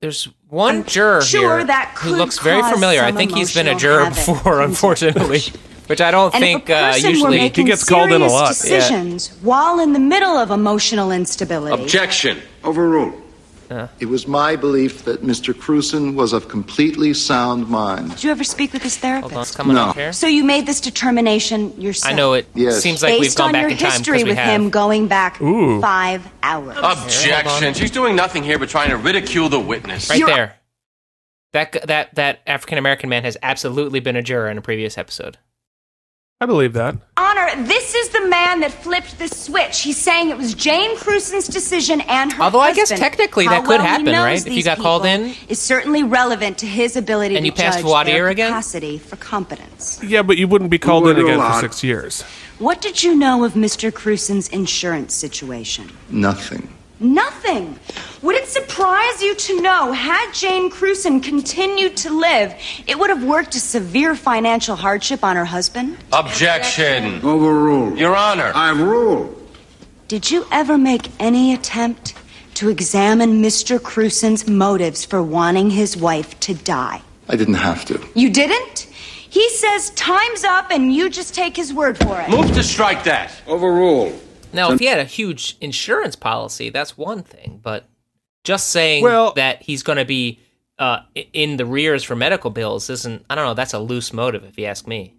S3: there's one juror
S12: sure
S3: here
S12: that
S3: who
S12: could
S3: looks very
S12: cause
S3: familiar. I
S12: some
S3: think he's been a
S12: emotional
S3: juror
S12: havoc.
S3: before, unfortunately, which I don't
S12: And if a
S3: think uh,
S12: person were
S3: usually
S12: making serious Decisions while in the middle of emotional instability.
S22: Objection. Overruled. It was my belief that Mr. Cruson was of completely sound mind.
S12: Did you ever speak with his therapist?
S22: coming No. up here.
S12: So you made this determination yourself.
S3: I know it
S22: Yes.
S3: seems like we've
S12: based
S3: gone
S12: on
S3: back
S12: your
S3: in time
S12: history
S3: because we
S12: with
S3: have.
S12: him going back
S3: Ooh.
S12: five hours.
S5: Objection. She's doing nothing here but trying to ridicule the witness.
S3: Right there. That g- that that African American man has absolutely been a juror in a previous episode.
S1: i believe that
S12: Honor, this is the man that flipped the switch. He's saying it was Jane Cruson's decision and her
S3: Although I guess
S12: husband.
S3: technically
S12: How
S3: that could
S12: well he
S3: happen,
S12: knows
S3: right? If you
S12: these
S3: got called
S12: people
S3: in?
S12: is certainly relevant to his ability
S3: And
S12: to
S3: you passed
S12: judge
S3: voir
S12: their
S3: dire again?
S12: capacity for competence.
S1: yeah but you wouldn't be called in
S22: would a
S1: again for
S22: lot.
S1: six years
S12: What did you know of Mr. Cruson's insurance situation?
S22: Nothing.
S12: Nothing. Would it surprise you to know, had Jane Cruson continued to live, it would have worked a severe financial hardship on her husband?
S5: Objection.
S14: Overruled.
S5: Your Honor.
S14: I've ruled.
S12: Did you ever make any attempt to examine Mr. Cruson's motives for wanting his wife to die?
S22: I didn't have to.
S12: You didn't? He says time's up and you just take his word for it.
S5: Move to strike that.
S14: Overruled.
S3: Now, if he had a huge insurance policy, that's one thing, but just saying that he's going to be uh, i- in the rears for medical bills isn't, I don't know, that's a loose motive if you ask me.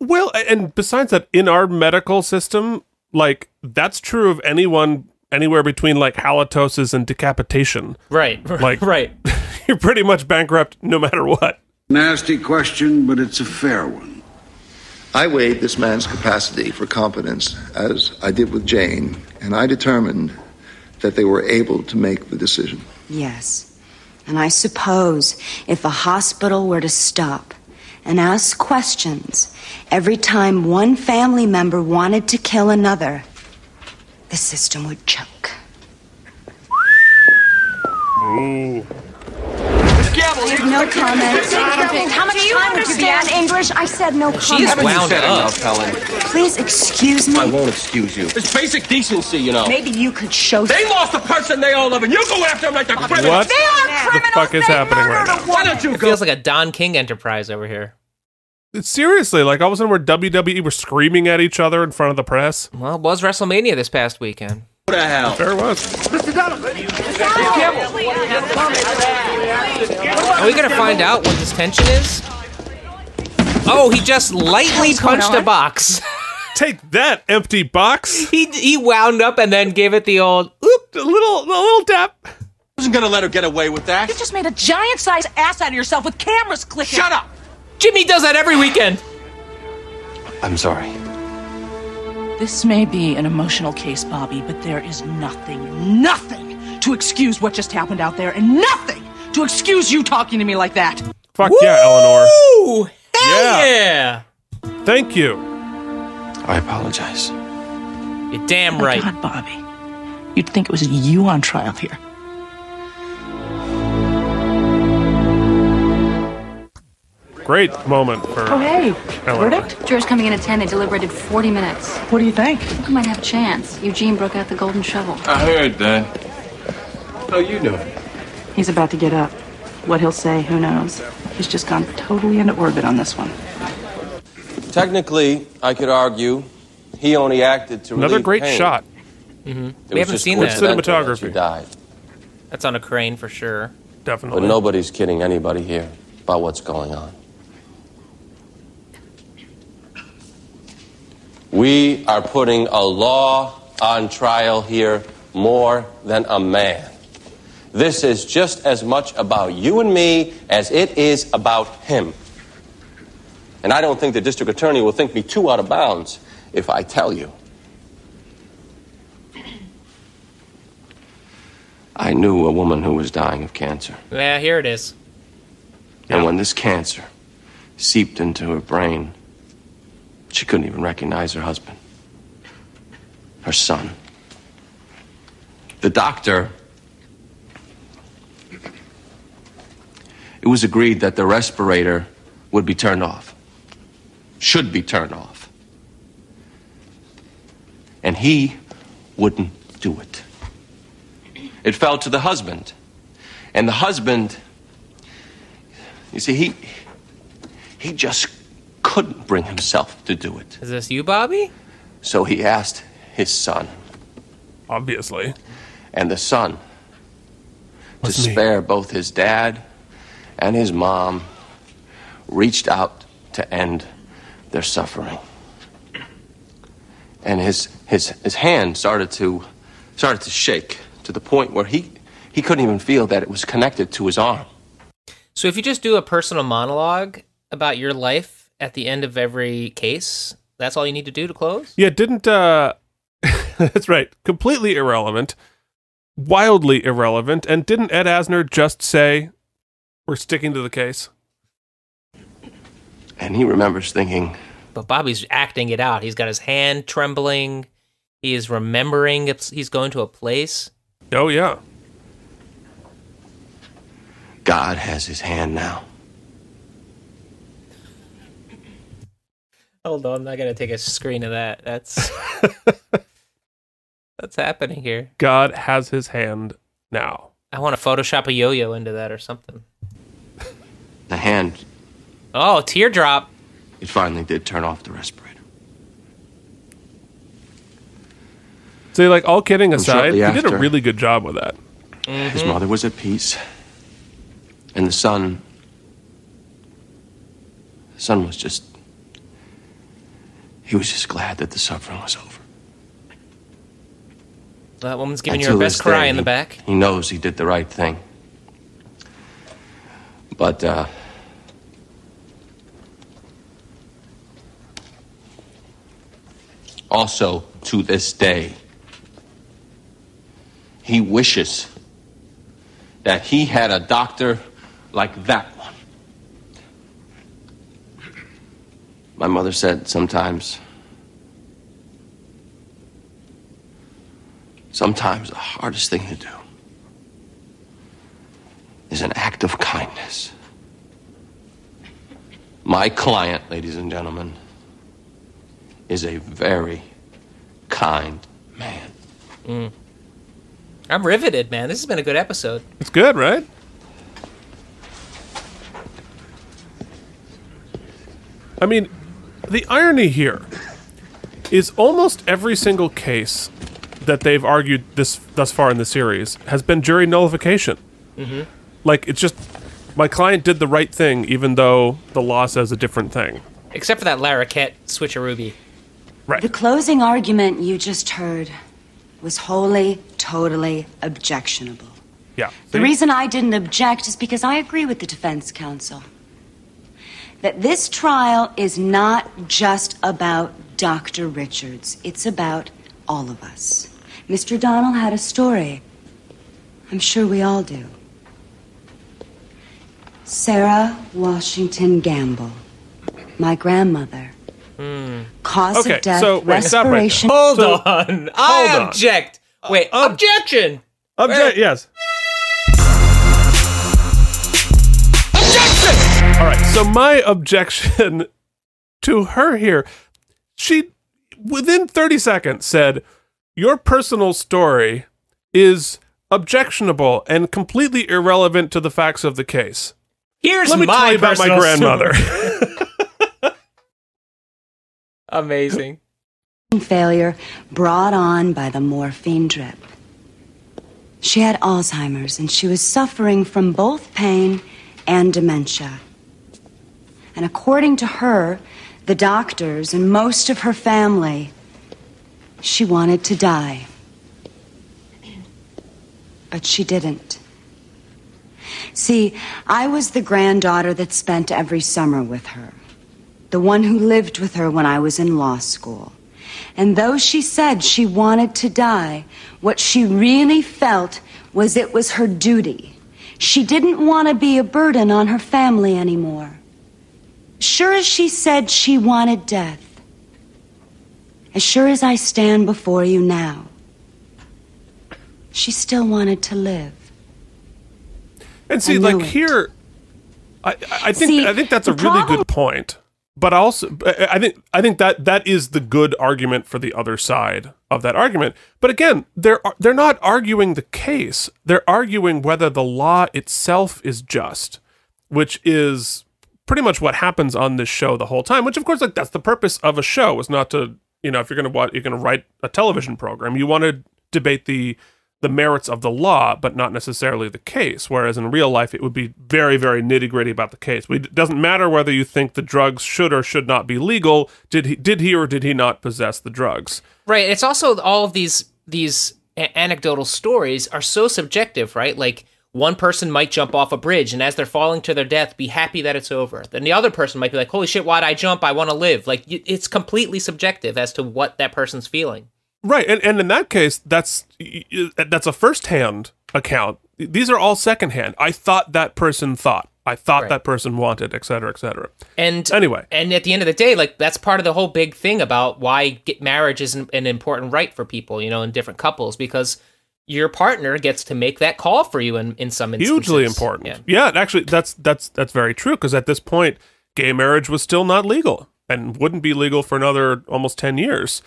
S1: Well, a- and besides that, in our medical system, like that's true of anyone anywhere between like halitosis and decapitation.
S3: Right.
S1: Like
S3: right.
S1: You're pretty much bankrupt no matter what.
S14: Nasty question, but it's a fair one.
S22: I weighed this man's capacity for competence, as I did with Jane, and I determined that they were able to make the decision.
S12: Yes. And I suppose if a hospital were to stop and ask questions every time one family member wanted to kill another, the system would choke.
S23: Gavel,
S12: No comment. How much time would you be on English? I said no comment.
S2: Helen.
S12: Please excuse me.
S2: I won't excuse you.
S11: It's basic decency, you know.
S12: Maybe you could show.
S11: They lost a person they all love, and you go after them like the
S1: What
S11: criminals.
S1: the fuck is happening right now?
S11: Why don't you
S3: It feels like a Don King enterprise over here.
S1: It's seriously like all of a sudden we're WWE, E we're screaming at each other in front of the press.
S3: Well, it was WrestleMania this past weekend.
S11: What the hell?
S1: Fair was.
S23: Mr. Donovan.
S3: Are we gonna find out what this tension is? Oh, he just lightly punched a box.
S1: Take that, empty box.
S3: he he wound up and then gave it the old oop,
S1: a little a little tap.
S11: wasn't gonna let her get away with that.
S10: You just made a giant size ass out of yourself with cameras clicking. Shut
S11: up!
S3: Jimmy does that every weekend.
S24: I'm sorry.
S10: This may be an emotional case, Bobby, but there is nothing, nothing to excuse what just happened out there, and nothing to excuse you talking to me like that.
S1: Fuck yeah, Eleanor.
S3: Ooh, hell yeah.
S1: Thank you.
S24: I apologize.
S3: You're damn right.
S10: God, Bobby. You'd think it was you on trial here.
S1: Great moment for
S10: Oh, hey.
S1: Eleanor.
S9: Jurors coming in at 10. They deliberated 40 minutes.
S10: What do you think?
S9: I think we might have a chance. Eugene broke out the golden shovel.
S2: I heard that. How Oh, you doing?
S25: He's about to get up. What he'll say, who knows? He's just gone totally into orbit on this one.
S5: Technically, I could argue he only acted to
S1: Another
S5: relieve
S1: great
S5: pain.
S1: shot.
S3: Mhm.
S5: It
S3: We
S5: was
S3: haven't
S5: just
S3: seen that.
S5: coincidental that she died.
S3: That's on a crane for sure.
S1: Definitely.
S5: But nobody's kidding anybody here about what's going on. We are putting a law on trial here more than a man. This is just as much about you and me as it is about him. And I don't think the district attorney will think me too out of bounds if I tell you.
S2: I knew a woman who was dying of cancer.
S3: Yeah, here it is.
S2: And when this cancer seeped into her brain, she couldn't even recognize her husband, her son.
S5: The doctor. It was agreed that the respirator would be turned off, should be turned off. And he wouldn't do it. It fell to the husband. And the husband, you see, he, he just couldn't bring himself to do it.
S3: Is this you, Bobby?
S5: So he asked his son.
S1: Obviously.
S5: And the son to spare both his dad and his mom reached out to end their suffering. And his his his hand started to started to shake to the point where he he couldn't even feel that it was connected to his arm.
S3: So if you just do a personal monologue about your life at the end of every case, that's all you need to do to close.
S1: Yeah, didn't uh that's right. Completely irrelevant. Wildly irrelevant. And didn't Ed Asner just say we're sticking to the case?
S5: And he remembers thinking,
S3: But Bobby's acting it out. He's got his hand trembling. He is remembering it's, he's going to a place.
S1: Oh yeah.
S5: God has his hand now.
S3: Hold on, I gotta take a screen of that. That's that's happening here.
S1: God has his hand now.
S3: I want to Photoshop a yo-yo into that or something.
S5: The hand
S3: Oh, teardrop.
S5: it finally did turn off the respirator.
S1: So like all kidding
S5: And
S1: aside,
S5: shortly
S1: he did a
S5: after-
S1: really good job with that.
S3: Mm-hmm.
S5: His mother was at peace. And the son. The son was just. He was just glad that the suffering was over.
S3: That woman's giving
S5: And
S3: you her
S5: to
S3: best
S5: this
S3: cry
S5: day,
S3: in the
S5: he-
S3: back.
S5: He knows he did the right thing. But, uh.
S18: also to this day. He wishes that he had a doctor like that one. My mother said sometimes, sometimes the hardest thing to do is an act of kindness. My client, ladies and gentlemen, is a very kind.
S3: Mm. I'm riveted, man. This has been a good episode.
S1: It's good, right? I mean, the irony here is almost every single case that they've argued this thus far in the series has been jury nullification.
S8: Mhm.
S1: Like it's just my client did the right thing even though the law says a different thing.
S3: Except for that Larroquette switcherooby.
S12: The closing argument you just heard was wholly, totally objectionable.
S1: Yeah.
S12: The reason I didn't object is because I agree with the defense counsel that this trial is not just about Dr. Richards, it's about all of us. Mr. Donnell had a story. I'm sure we all do. Sarah Washington Gamble, my grandmother.
S3: Hmm.
S12: Cause
S3: Okay,
S12: of death,
S3: so- wait, stop right there.
S12: respiration.
S3: Hold So- on. I
S12: Hold on.
S3: object. Wait, objection.
S1: Obje- yes. Objection! All right. So my objection to her here, she within 30 seconds said, "Your personal story is objectionable and completely irrelevant to the facts of the case."
S3: Here's
S1: Let me
S3: my
S1: tell you about my
S3: personal
S1: grandmother.
S3: Amazing.
S12: failure brought on by the morphine drip. She had Alzheimer's and she was suffering from both pain and dementia. And according to her, the doctors and most of her family, she wanted to die. But she didn't. See, I was the granddaughter that spent every summer with her, the one who lived with her when I was in law school. And though she said she wanted to die, what she really felt was it was her duty. She didn't want to be a burden on her family anymore. Sure as she said she wanted death, as sure as I stand before you now, she still wanted to live.
S1: And see, like here, I I I think
S12: See,
S1: I think that's a
S12: the
S1: really good point. But also, I I think I think that that is the good argument for the other side of that argument. But again, they're ar- they're not arguing the case. They're arguing whether the law itself is just, which is pretty much what happens on this show the whole time. Which, of course, like that's the purpose of a show is not to you know if you're gonna watch you're gonna write a television program, you want to debate the the merits of the law, but not necessarily the case. Whereas in real life, it would be very, very nitty gritty about the case. We- It doesn't matter whether you think the drugs should or should not be legal. Did he, did he or did he not possess the drugs?
S3: Right. It's also all of these these a- anecdotal stories are so subjective, right? Like one person might jump off a bridge and as they're falling to their death, be happy that it's over. Then the other person might be like, "Holy shit, why'd I jump? I want to live." Like y- it's completely subjective as to what that person's feeling.
S1: Right, and and in that case, that's y- y- that's a first-hand account. These are all second-hand. I thought that person thought. I thought
S3: Right.
S1: that person wanted, et cetera, et cetera.
S3: And
S1: Anyway.
S3: and at the end of the day, like that's part of the whole big thing about why get marriage is an, an important right for people, you know, in different couples because your partner gets to make that call for you in in some instances.
S1: hugely important. Yeah. and actually, that's that's that's very true because at this point, gay marriage was still not legal and wouldn't be legal for another almost ten years.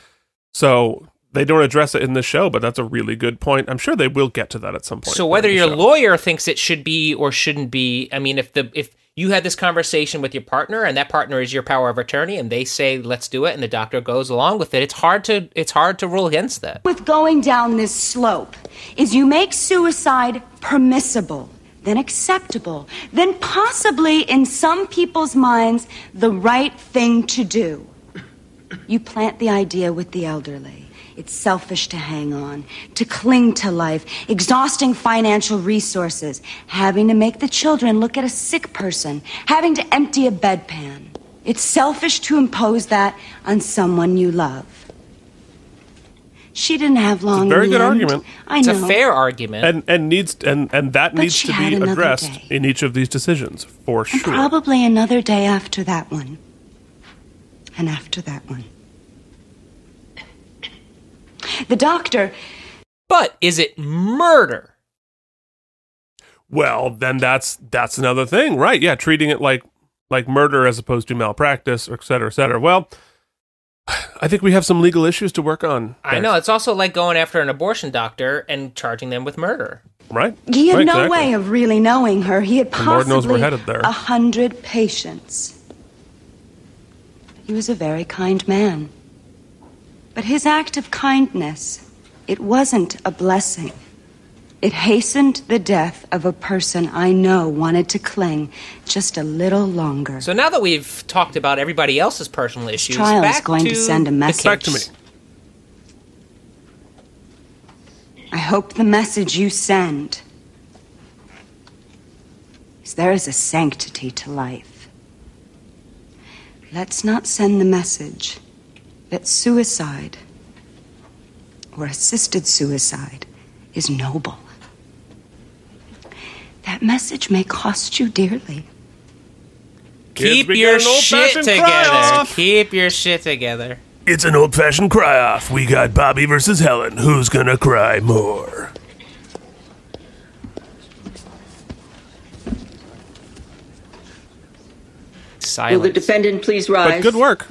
S1: So they don't address it in this show, but that's a really good point. I'm sure they will get to that at some point.
S3: So whether your lawyer thinks it should be or shouldn't be, I mean, if the if you had this conversation with your partner and that partner is your power of attorney and they say let's do it and the doctor goes along with it, it's hard to it's hard to rule against that.
S12: with going down this slope is you make suicide permissible, then acceptable, then possibly, in some people's minds, the right thing to do. You plant the idea with the elderly. It's selfish to hang on, to cling to life, exhausting financial resources, having to make the children look at a sick person, having to empty a bedpan. It's selfish to impose that on someone you love. She didn't have long. in
S1: Very
S12: the
S1: good
S12: end.
S1: argument.
S12: I know.
S3: argument,
S1: and and needs and and that
S12: But
S1: needs
S12: she
S1: to
S12: had
S1: be
S12: another
S1: addressed in each of these decisions for sure.
S12: Probably another day after that one. And after that one. The doctor.
S3: But is it murder?
S1: Well, then that's that's another thing, right? Yeah, treating it like like murder as opposed to malpractice, et cetera, et cetera. Well, I think we have some legal issues to work on.
S3: I
S1: there.
S3: know it's also like going after an abortion doctor and charging them with murder.
S1: right?
S12: He had
S3: Right,
S12: no
S3: exactly.
S12: way of really knowing her. He had
S3: The Lord
S12: possibly
S3: knows we're headed there.
S12: a hundred patients. He was a very kind man. But his act of kindness, it wasn't a blessing. It hastened the death of a person I know wanted to cling just a little longer.
S3: So now that we've talked about everybody else's personal issues,
S12: trial is
S3: back
S12: going to send a message.
S3: Back to me.
S12: I hope the message you send is there is a sanctity to life. Let's not send the message that suicide or assisted suicide is noble. That message may cost you dearly.
S3: Keep
S1: we
S3: your
S1: got an old-fashioned
S3: shit
S1: cry
S3: together.
S1: off.
S3: Keep your shit together.
S1: It's an old fashioned cry off. We got Bobby versus Helen. Who's gonna cry more?
S8: Will the
S3: Silent.
S8: defendant please rise?
S1: work.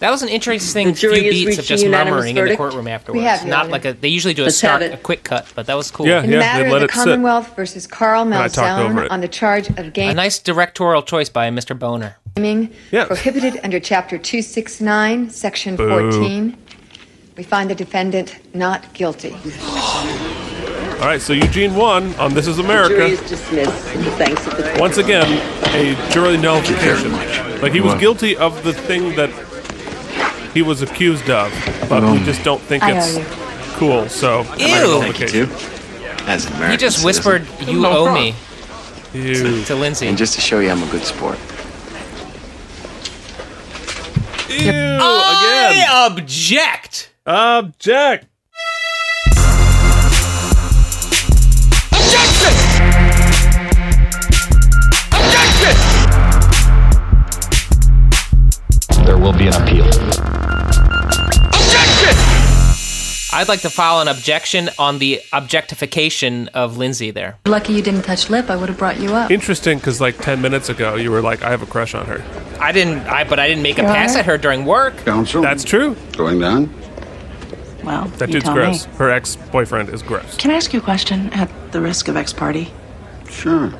S3: That was an interesting
S8: The jury
S3: few
S8: has
S3: beats
S8: reached
S3: of
S8: a
S3: just
S8: unanimous
S3: murmuring in the
S8: verdict.
S3: courtroom
S8: We
S3: afterwards.
S8: have, Your
S3: Not
S8: Honor.
S3: like a. They usually do a
S8: Let's
S3: start,
S8: have
S3: a quick cut, but that was cool.
S1: Yeah,
S8: In the matter of the Commonwealth
S17: versus Carl
S3: And I talked over
S17: Malzahn
S3: it.
S17: on the charge of
S3: A
S17: gaming
S3: nice directorial choice by Mr. Boner.
S17: prohibited under Chapter 269, Section
S3: Boo.
S17: 14. We find the defendant not guilty.
S1: All right, so Eugene won on This Is
S8: The jury
S1: America.
S8: is dismissed. Thanks to the
S1: Once again, a jury nullification. Like he was
S2: What?
S1: guilty of the thing that he was accused of, but we
S2: Um,
S1: just don't think
S17: I owe
S1: it's
S17: you.
S1: cool. So
S3: Ew. Thank you,
S1: nullification.
S15: As an American
S3: he just
S15: citizen.
S3: whispered, "You
S15: No
S3: owe
S15: problem.
S3: me."
S1: To,
S3: to Lindsay.
S15: And just to show you I'm a good sport.
S1: Ew,
S3: I object.
S1: Object.
S26: There will be an appeal.
S3: I'd like to file an objection on the objectification of Lindsay there.
S17: Lucky you didn't touch lip, I would have brought you up.
S1: Interesting, because like ten minutes ago, you were like, "I have a crush on her."
S3: I didn't, I but I didn't make a
S17: Your
S3: pass
S17: Honor.
S3: at her during work.
S14: Counsel?
S1: That's true.
S14: Going down?
S10: Well,
S1: That
S10: you
S1: dude's
S10: tell
S1: gross.
S10: me.
S1: Her ex-boyfriend is gross.
S10: Can I ask you a question at the risk of ex party?
S14: Sure.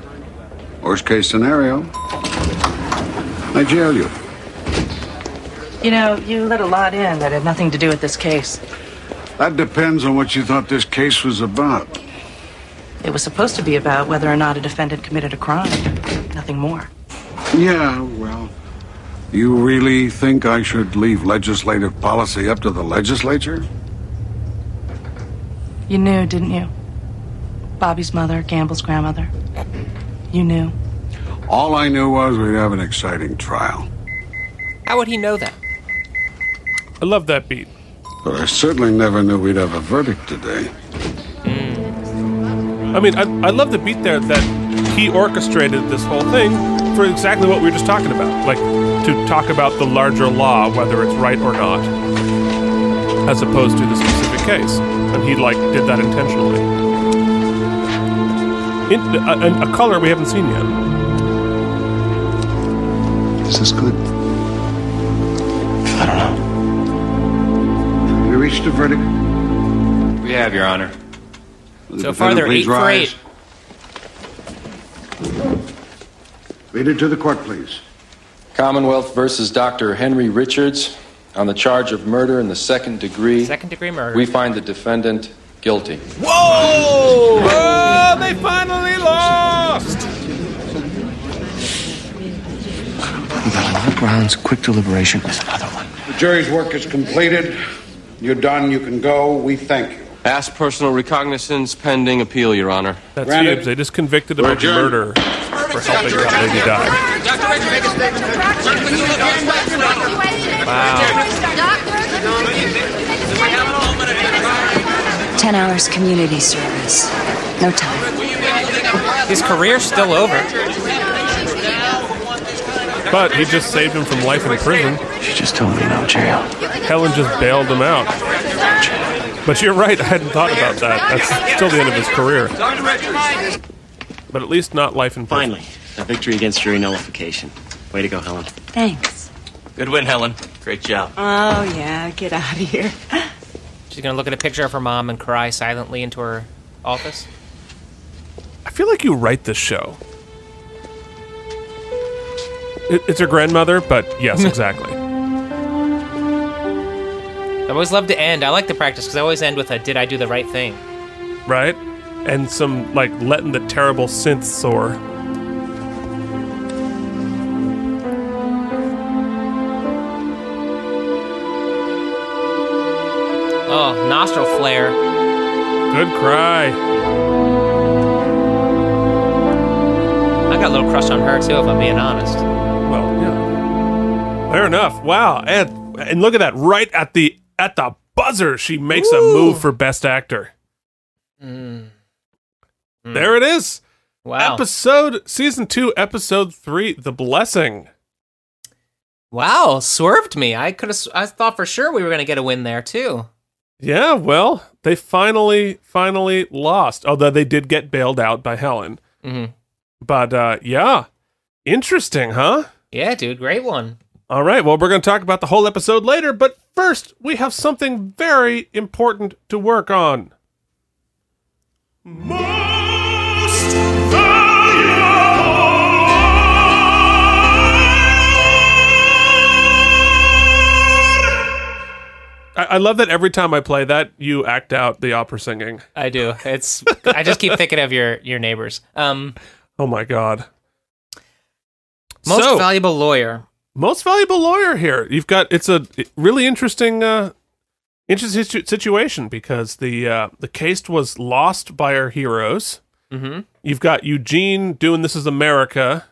S14: Worst case scenario, I jail you.
S10: You know, you let a lot in that had nothing to do with this case.
S14: That depends on what you thought this case was about.
S10: It was supposed to be about whether or not a defendant committed a crime, nothing more.
S14: Yeah, well. You really think I should leave legislative policy up to the legislature?
S10: You knew, didn't you? Bobby's mother, Gamble's grandmother. You knew.
S14: All I knew was we'd have an exciting trial.
S3: How would he know that?
S1: I love that beat.
S14: But I certainly never knew we'd have a verdict today.
S1: I mean, I, I love the beat there that he orchestrated this whole thing for exactly what we were just talking about. Like, to talk about the larger law, whether it's right or not, as opposed to the specific case. And he, like, did that intentionally. In, a, a- a color we haven't seen yet.
S14: Is this good? I don't know. We reached a verdict.
S26: We have, Your Honor.
S3: So far, they're
S14: Please
S3: eight for
S14: rise.
S3: eight.
S14: Read it to the court, please.
S26: Commonwealth versus Dr. Henry Richards on the charge of murder in the second degree.
S3: Second degree murder.
S26: We find the defendant guilty.
S3: Whoa!
S1: Oh, they finally lost!
S15: We've got a lot of rounds. Quick deliberation is another one.
S14: The jury's work is completed. You're done. You can go. We thank you.
S18: Past personal recognizance pending appeal, Your Honor.
S1: That's
S18: Granted.
S1: huge. They just convicted him
S18: We're
S1: of
S18: adjourned.
S1: murder for helping that lady die.
S27: Wow.
S12: Ten hours community service. No time.
S3: His career's still over.
S1: But he just saved him from life in prison. She
S15: just told me no jail.
S1: Helen just bailed him out. But you're right, I hadn't thought about that. That's still the end of his career. But at least not life in prison.
S15: Finally, a victory against jury nullification. Way to go, Helen.
S12: Thanks.
S15: Good win, Helen. Great job.
S12: Oh, yeah, get out of here.
S3: She's gonna look at a picture of her mom and cry silently into her office.
S1: I feel like you write this show. It, it's her grandmother, but yes, exactly.
S3: I always love to end. I like the practice because I always end with a "Did I do the right thing?"
S1: right? And some like letting the terrible synth soar.
S3: Oh, nostril flare.
S1: Good cry.
S3: I got a little crush on her too, if I'm being honest.
S1: Well, yeah. Fair enough. Wow, and and look at that! Right at the at the buzzer, she makes a move for best actor. There it is.
S3: Mm. Wow.
S1: Episode season two, episode three, the blessing.
S3: Wow, swerved me. I could have. I thought for sure we were gonna get a win there too.
S1: Yeah, well, they finally, finally lost. Although they did get bailed out by Helen.
S3: Mhm.
S1: But uh, yeah, interesting, huh?
S3: Yeah, dude, great one.
S1: All right, well, we're going to talk about the whole episode later, but first, we have something very important to work on. I, I love that every time I play that, you act out the opera singing.
S3: I do. It's. I just keep thinking of your your neighbors. Um,
S1: Oh my God.
S3: most
S1: So-
S3: valuable lawyer.
S1: most valuable lawyer here. You've got it's a really interesting uh interesting situ- situation because the uh the case was lost by our heroes.
S3: Mm-hmm.
S1: You've got Eugene doing this is America.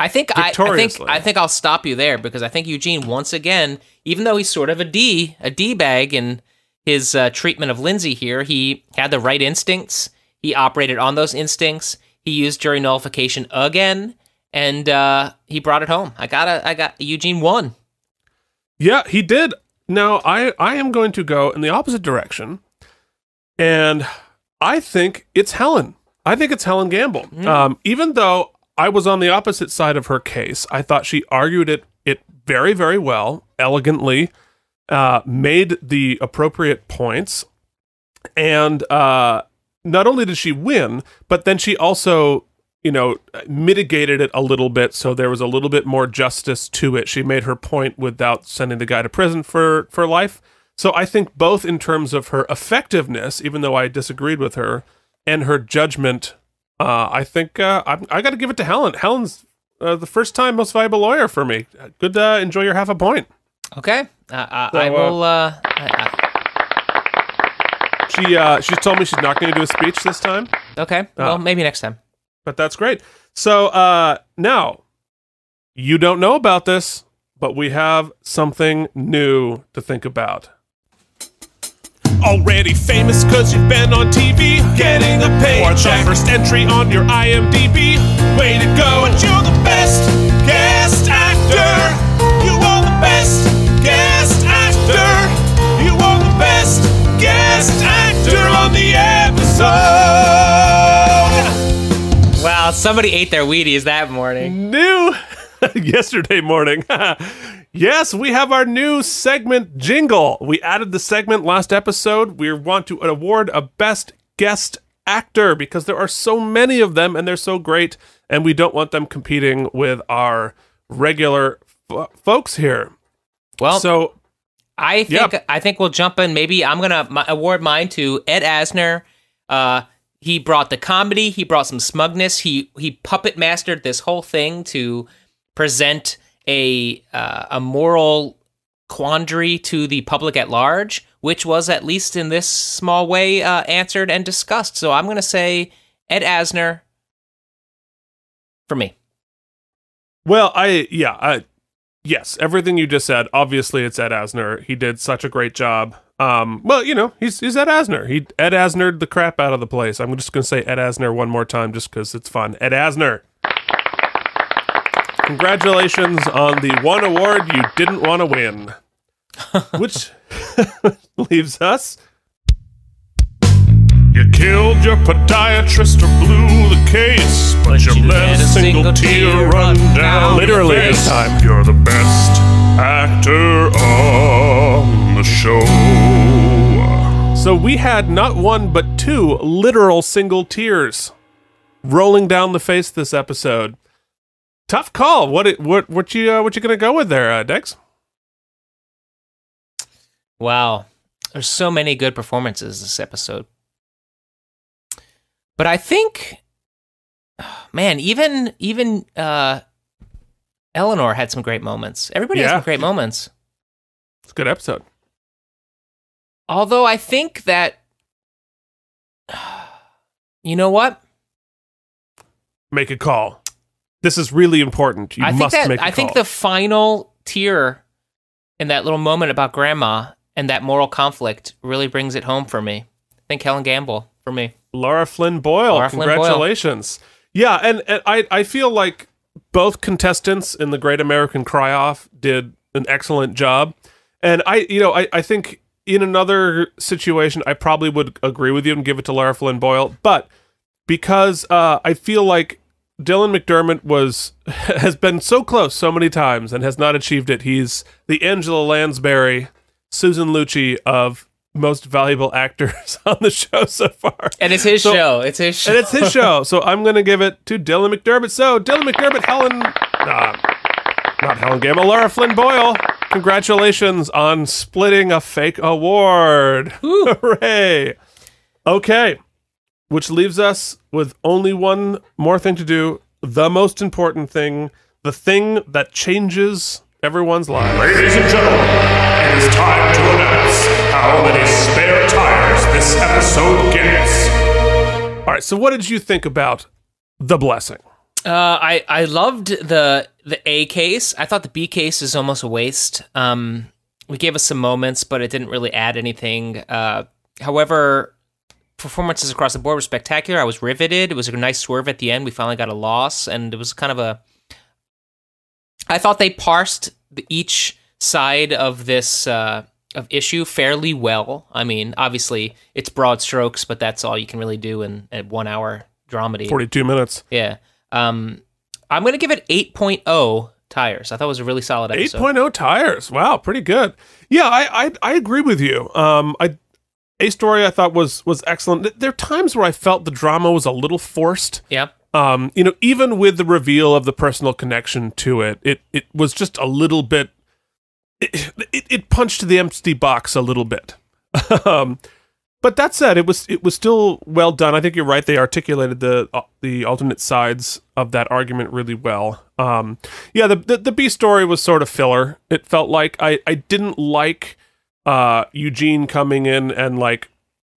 S3: I think I, I think
S1: Victoriously.
S3: I think I'll stop you there because I think Eugene once again, even though he's sort of a d a d bag in his uh, treatment of Lindsay here, he had the right instincts. He operated on those instincts. He used jury nullification again, and uh, he brought it home. I gotta, I got Eugene won.
S1: Yeah, he did. Now I I am going to go in the opposite direction, and I think it's Helen. I think it's Helen Gamble. Um, even though I was on the opposite side of her case, I thought she argued it it very very well, elegantly, uh, made the appropriate points, and uh, not only did she win, but then she also, you know, mitigated it a little bit, so there was a little bit more justice to it. She made her point without sending the guy to prison for for life. So I think both in terms of her effectiveness, even though I disagreed with her, and her judgment, uh, I think uh, I'm, I got to give it to Helen. Helen's uh, the first time most valuable lawyer for me. Good, uh, enjoy your half a point.
S3: Okay, uh, uh,
S1: So,
S3: I
S1: uh,
S3: will. Uh, I,
S1: She uh, she told me she's not going to do a speech this time. Uh.
S3: I, okay, well maybe next time.
S1: But that's great. So uh, now you don't know about this, but we have something new to think about. Already famous because you've been on TV, getting a paycheck. Or the first entry on your IMDb. Way to go.
S11: But you're the best guest actor. You are the best guest actor. You are the best guest actor on the episode.
S3: Wow, somebody ate their Wheaties that morning.
S1: New yesterday morning. yes, we have our new segment jingle. We added the segment last episode. We want to award a best guest actor because there are so many of them and they're so great, and we don't want them competing with our regular f- folks here.
S3: Well,
S1: so
S3: I think I think we'll jump in. Maybe I'm gonna my, award mine to Ed Asner. Uh, he brought the comedy. He brought some smugness. He he puppet mastered this whole thing to present a uh, a moral quandary to the public at large, which was at least in this small way uh, answered and discussed. So I'm gonna say Ed Asner for me.
S1: Well, I yeah, I yes, everything you just said. Obviously, it's Ed Asner. He did such a great job. Um, well, you know, he's he's Ed Asner. He Ed Asnered the crap out of the place. I'm just gonna say Ed Asner one more time, just because it's fun. Ed Asner. Congratulations on the one award you didn't want to win, which leaves us.
S11: You killed your podiatrist or blew the case, but, you, let, a single tear run down.
S1: Literally
S11: your
S1: this
S11: face.
S1: time.
S11: You're the best actor on the show.
S1: So we had not one but two literal single tears rolling down the face this episode. Tough call. What it, what what you uh, what you gonna go with there, uh, Dex?
S3: Wow. There's so many good performances this episode. But I think man, even even uh Eleanor had some great moments. Everybody has
S1: Yeah.
S3: some great moments.
S1: It's a good episode.
S3: Although I think that you know what?
S1: Make a call. This is really important. You
S3: I think
S1: must
S3: that
S1: make a
S3: I
S1: call.
S3: think the final tear in that little moment about grandma and that moral conflict really brings it home for me. I think Helen Gamble for me.
S1: Laura Flynn Boyle.
S3: Laura Flynn Boyle.
S1: Congratulations. Yeah, and, and I I feel like both contestants in the Great American Cry Off did an excellent job. And I you know, I, I think in another situation I probably would agree with you and give it to Laura Flynn Boyle, but because uh, I feel like Dylan McDermott was has been so close so many times and has not achieved it. He's the Angela Lansbury, Susan Lucci of most valuable actors on the show so far.
S3: And it's his
S1: So-
S3: show. It's his show.
S1: and it's his show. So I'm gonna give it to Dylan McDermott. So Dylan McDermott, Helen, uh, not Helen Gamble, Laura Flynn Boyle. Congratulations on splitting a fake award. Hooray! Okay, which leaves us with only one more thing to do. The most important thing, the thing that changes everyone's lives.
S11: Ladies and gentlemen, it is time to announce how many spare tires this episode gets.
S1: All right. So, what did you think about the blessing?
S3: Uh, I I loved the the A case. I thought the B case is almost a waste. Um, we gave us some moments, but it didn't really add anything. Uh, however, performances across the board were spectacular. I was riveted. It was a nice swerve at the end. We finally got a loss, and it was kind of a. I thought they parsed the, each side of this uh, of issue fairly well. I mean, obviously it's broad strokes, but that's all you can really do in a one hour dramedy.
S1: Forty-two minutes.
S3: Yeah. Um, I'm going to give it 8.0 tires. I thought it was a really solid
S1: Eight oh
S3: episode.
S1: tires. Wow, pretty good. Yeah, I, I I agree with you. Um, I a story I thought was was excellent. Th- There are times where I felt the drama was a little forced.
S3: Yeah.
S1: Um, you know, even with the reveal of the personal connection to it, it it was just a little bit. It it, it punched the empty box a little bit. um, but that said, it was it was still well done. I think you're right. They articulated the uh, the alternate sides of that argument really well. Um, yeah, the, the the B story was sort of filler. It felt like I I didn't like uh, Eugene coming in and like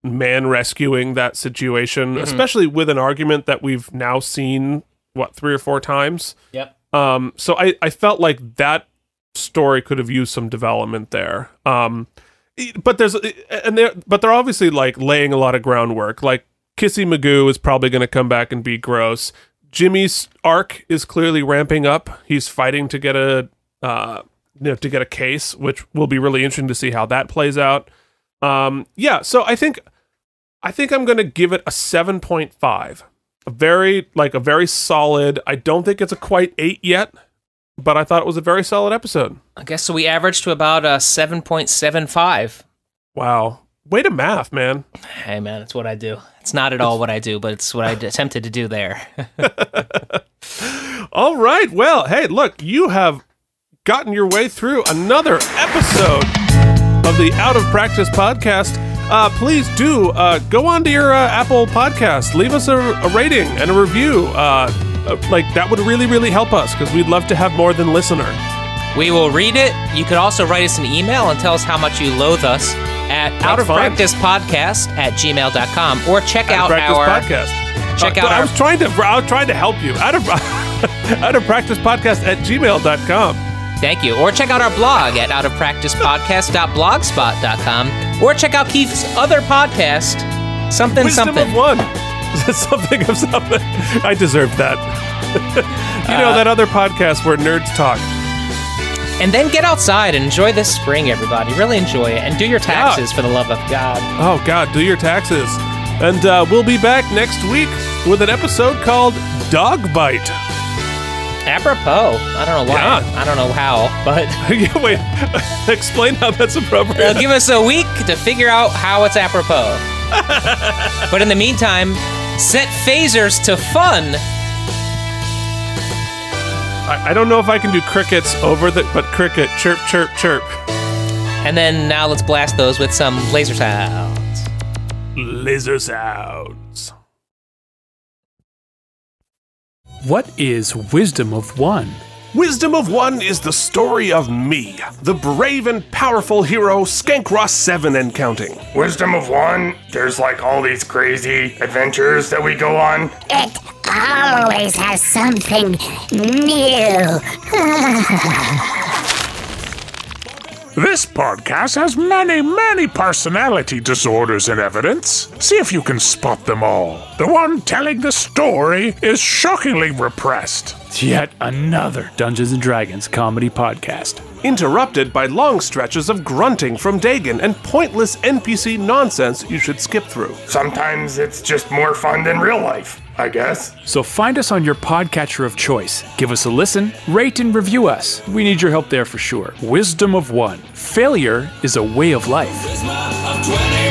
S1: man rescuing that situation,
S11: Mhm.
S1: especially with an argument that we've now seen what three or four times.
S3: Yep.
S1: Um, so I, I felt like that story could have used some development there. Um, e- but there's and they're but they're obviously like laying a lot of groundwork. Like Kissy Magoo is probably going to come back and be gross. Jimmy's arc is clearly ramping up. He's fighting to get a uh, you know, to get a case, which will be really interesting to see how that plays out. Um, yeah, so I think I think I'm going to give it a 7.5. A very like a very solid. I don't think it's a quite 8 yet, but I thought it was a very solid episode.
S3: I guess so. We averaged to about uh, a 7.75.
S1: Wow. Way to math, man.
S3: Hey, man, it's what I do. It's not at all what I do, but it's what I d- attempted to do there.
S1: All right. Well, hey, look, you have gotten your way through another episode of the Out of Practice podcast. Uh, please do uh, go on to your uh, Apple podcast. Leave us a, a rating and a review. Uh, uh, like, that would really, really help us because we'd love to have more than listener.
S3: we will read it. You could also write us an email and tell us how much you loathe us at out of
S1: fun.
S3: practice podcast at gmail.com or check
S1: Out
S3: out,
S1: of Practice
S3: our
S1: podcast.
S3: Check
S1: Uh,
S3: out
S1: I
S3: our
S1: was trying to. I was trying to help you. Out of out of practice podcast at gmail.com.
S3: Thank you. Or check out our blog at outofpracticepodcast.blogspot.com or check out Keith's other podcast, Something
S1: Wisdom
S3: Something.
S1: of One. something of something. I deserve that. you know, that other podcast where nerds talk.
S3: And then get outside and enjoy this spring, everybody. Really enjoy it. And do your taxes for the love of God.
S1: Oh, God, do your taxes. And uh, we'll be back next week with an episode called Dog Bite.
S3: Apropos. I don't know why. I don't know how, but.
S1: Wait, explain how that's appropriate.
S3: Well, give us a week to figure out how it's apropos. but in the meantime, set phasers to fun.
S1: I, I don't know if I can do crickets over the, but cricket, chirp, chirp, chirp.
S3: And then now let's blast those with some laser sounds.
S1: Laser sounds.
S7: What is Wisdom of One?
S1: Wisdom of One is the story of me, the brave and powerful hero Skank Ross 7 and counting.
S20: Wisdom of One, there's like all these crazy adventures that we go on.
S21: It always has something new.
S27: This podcast has many, many personality disorders in evidence. See if you can spot them all. The one telling the story is shockingly repressed.
S7: Yet another Dungeons and Dragons comedy podcast.
S1: Interrupted by long stretches of grunting from Dagon and pointless NPC nonsense you should skip through.
S20: Sometimes it's just more fun than real life, I guess.
S7: So find us on your podcatcher of choice. Give us a listen, rate, and review us. We need your help there for sure. Wisdom of One Failure is a way of life.
S11: Charisma of 20.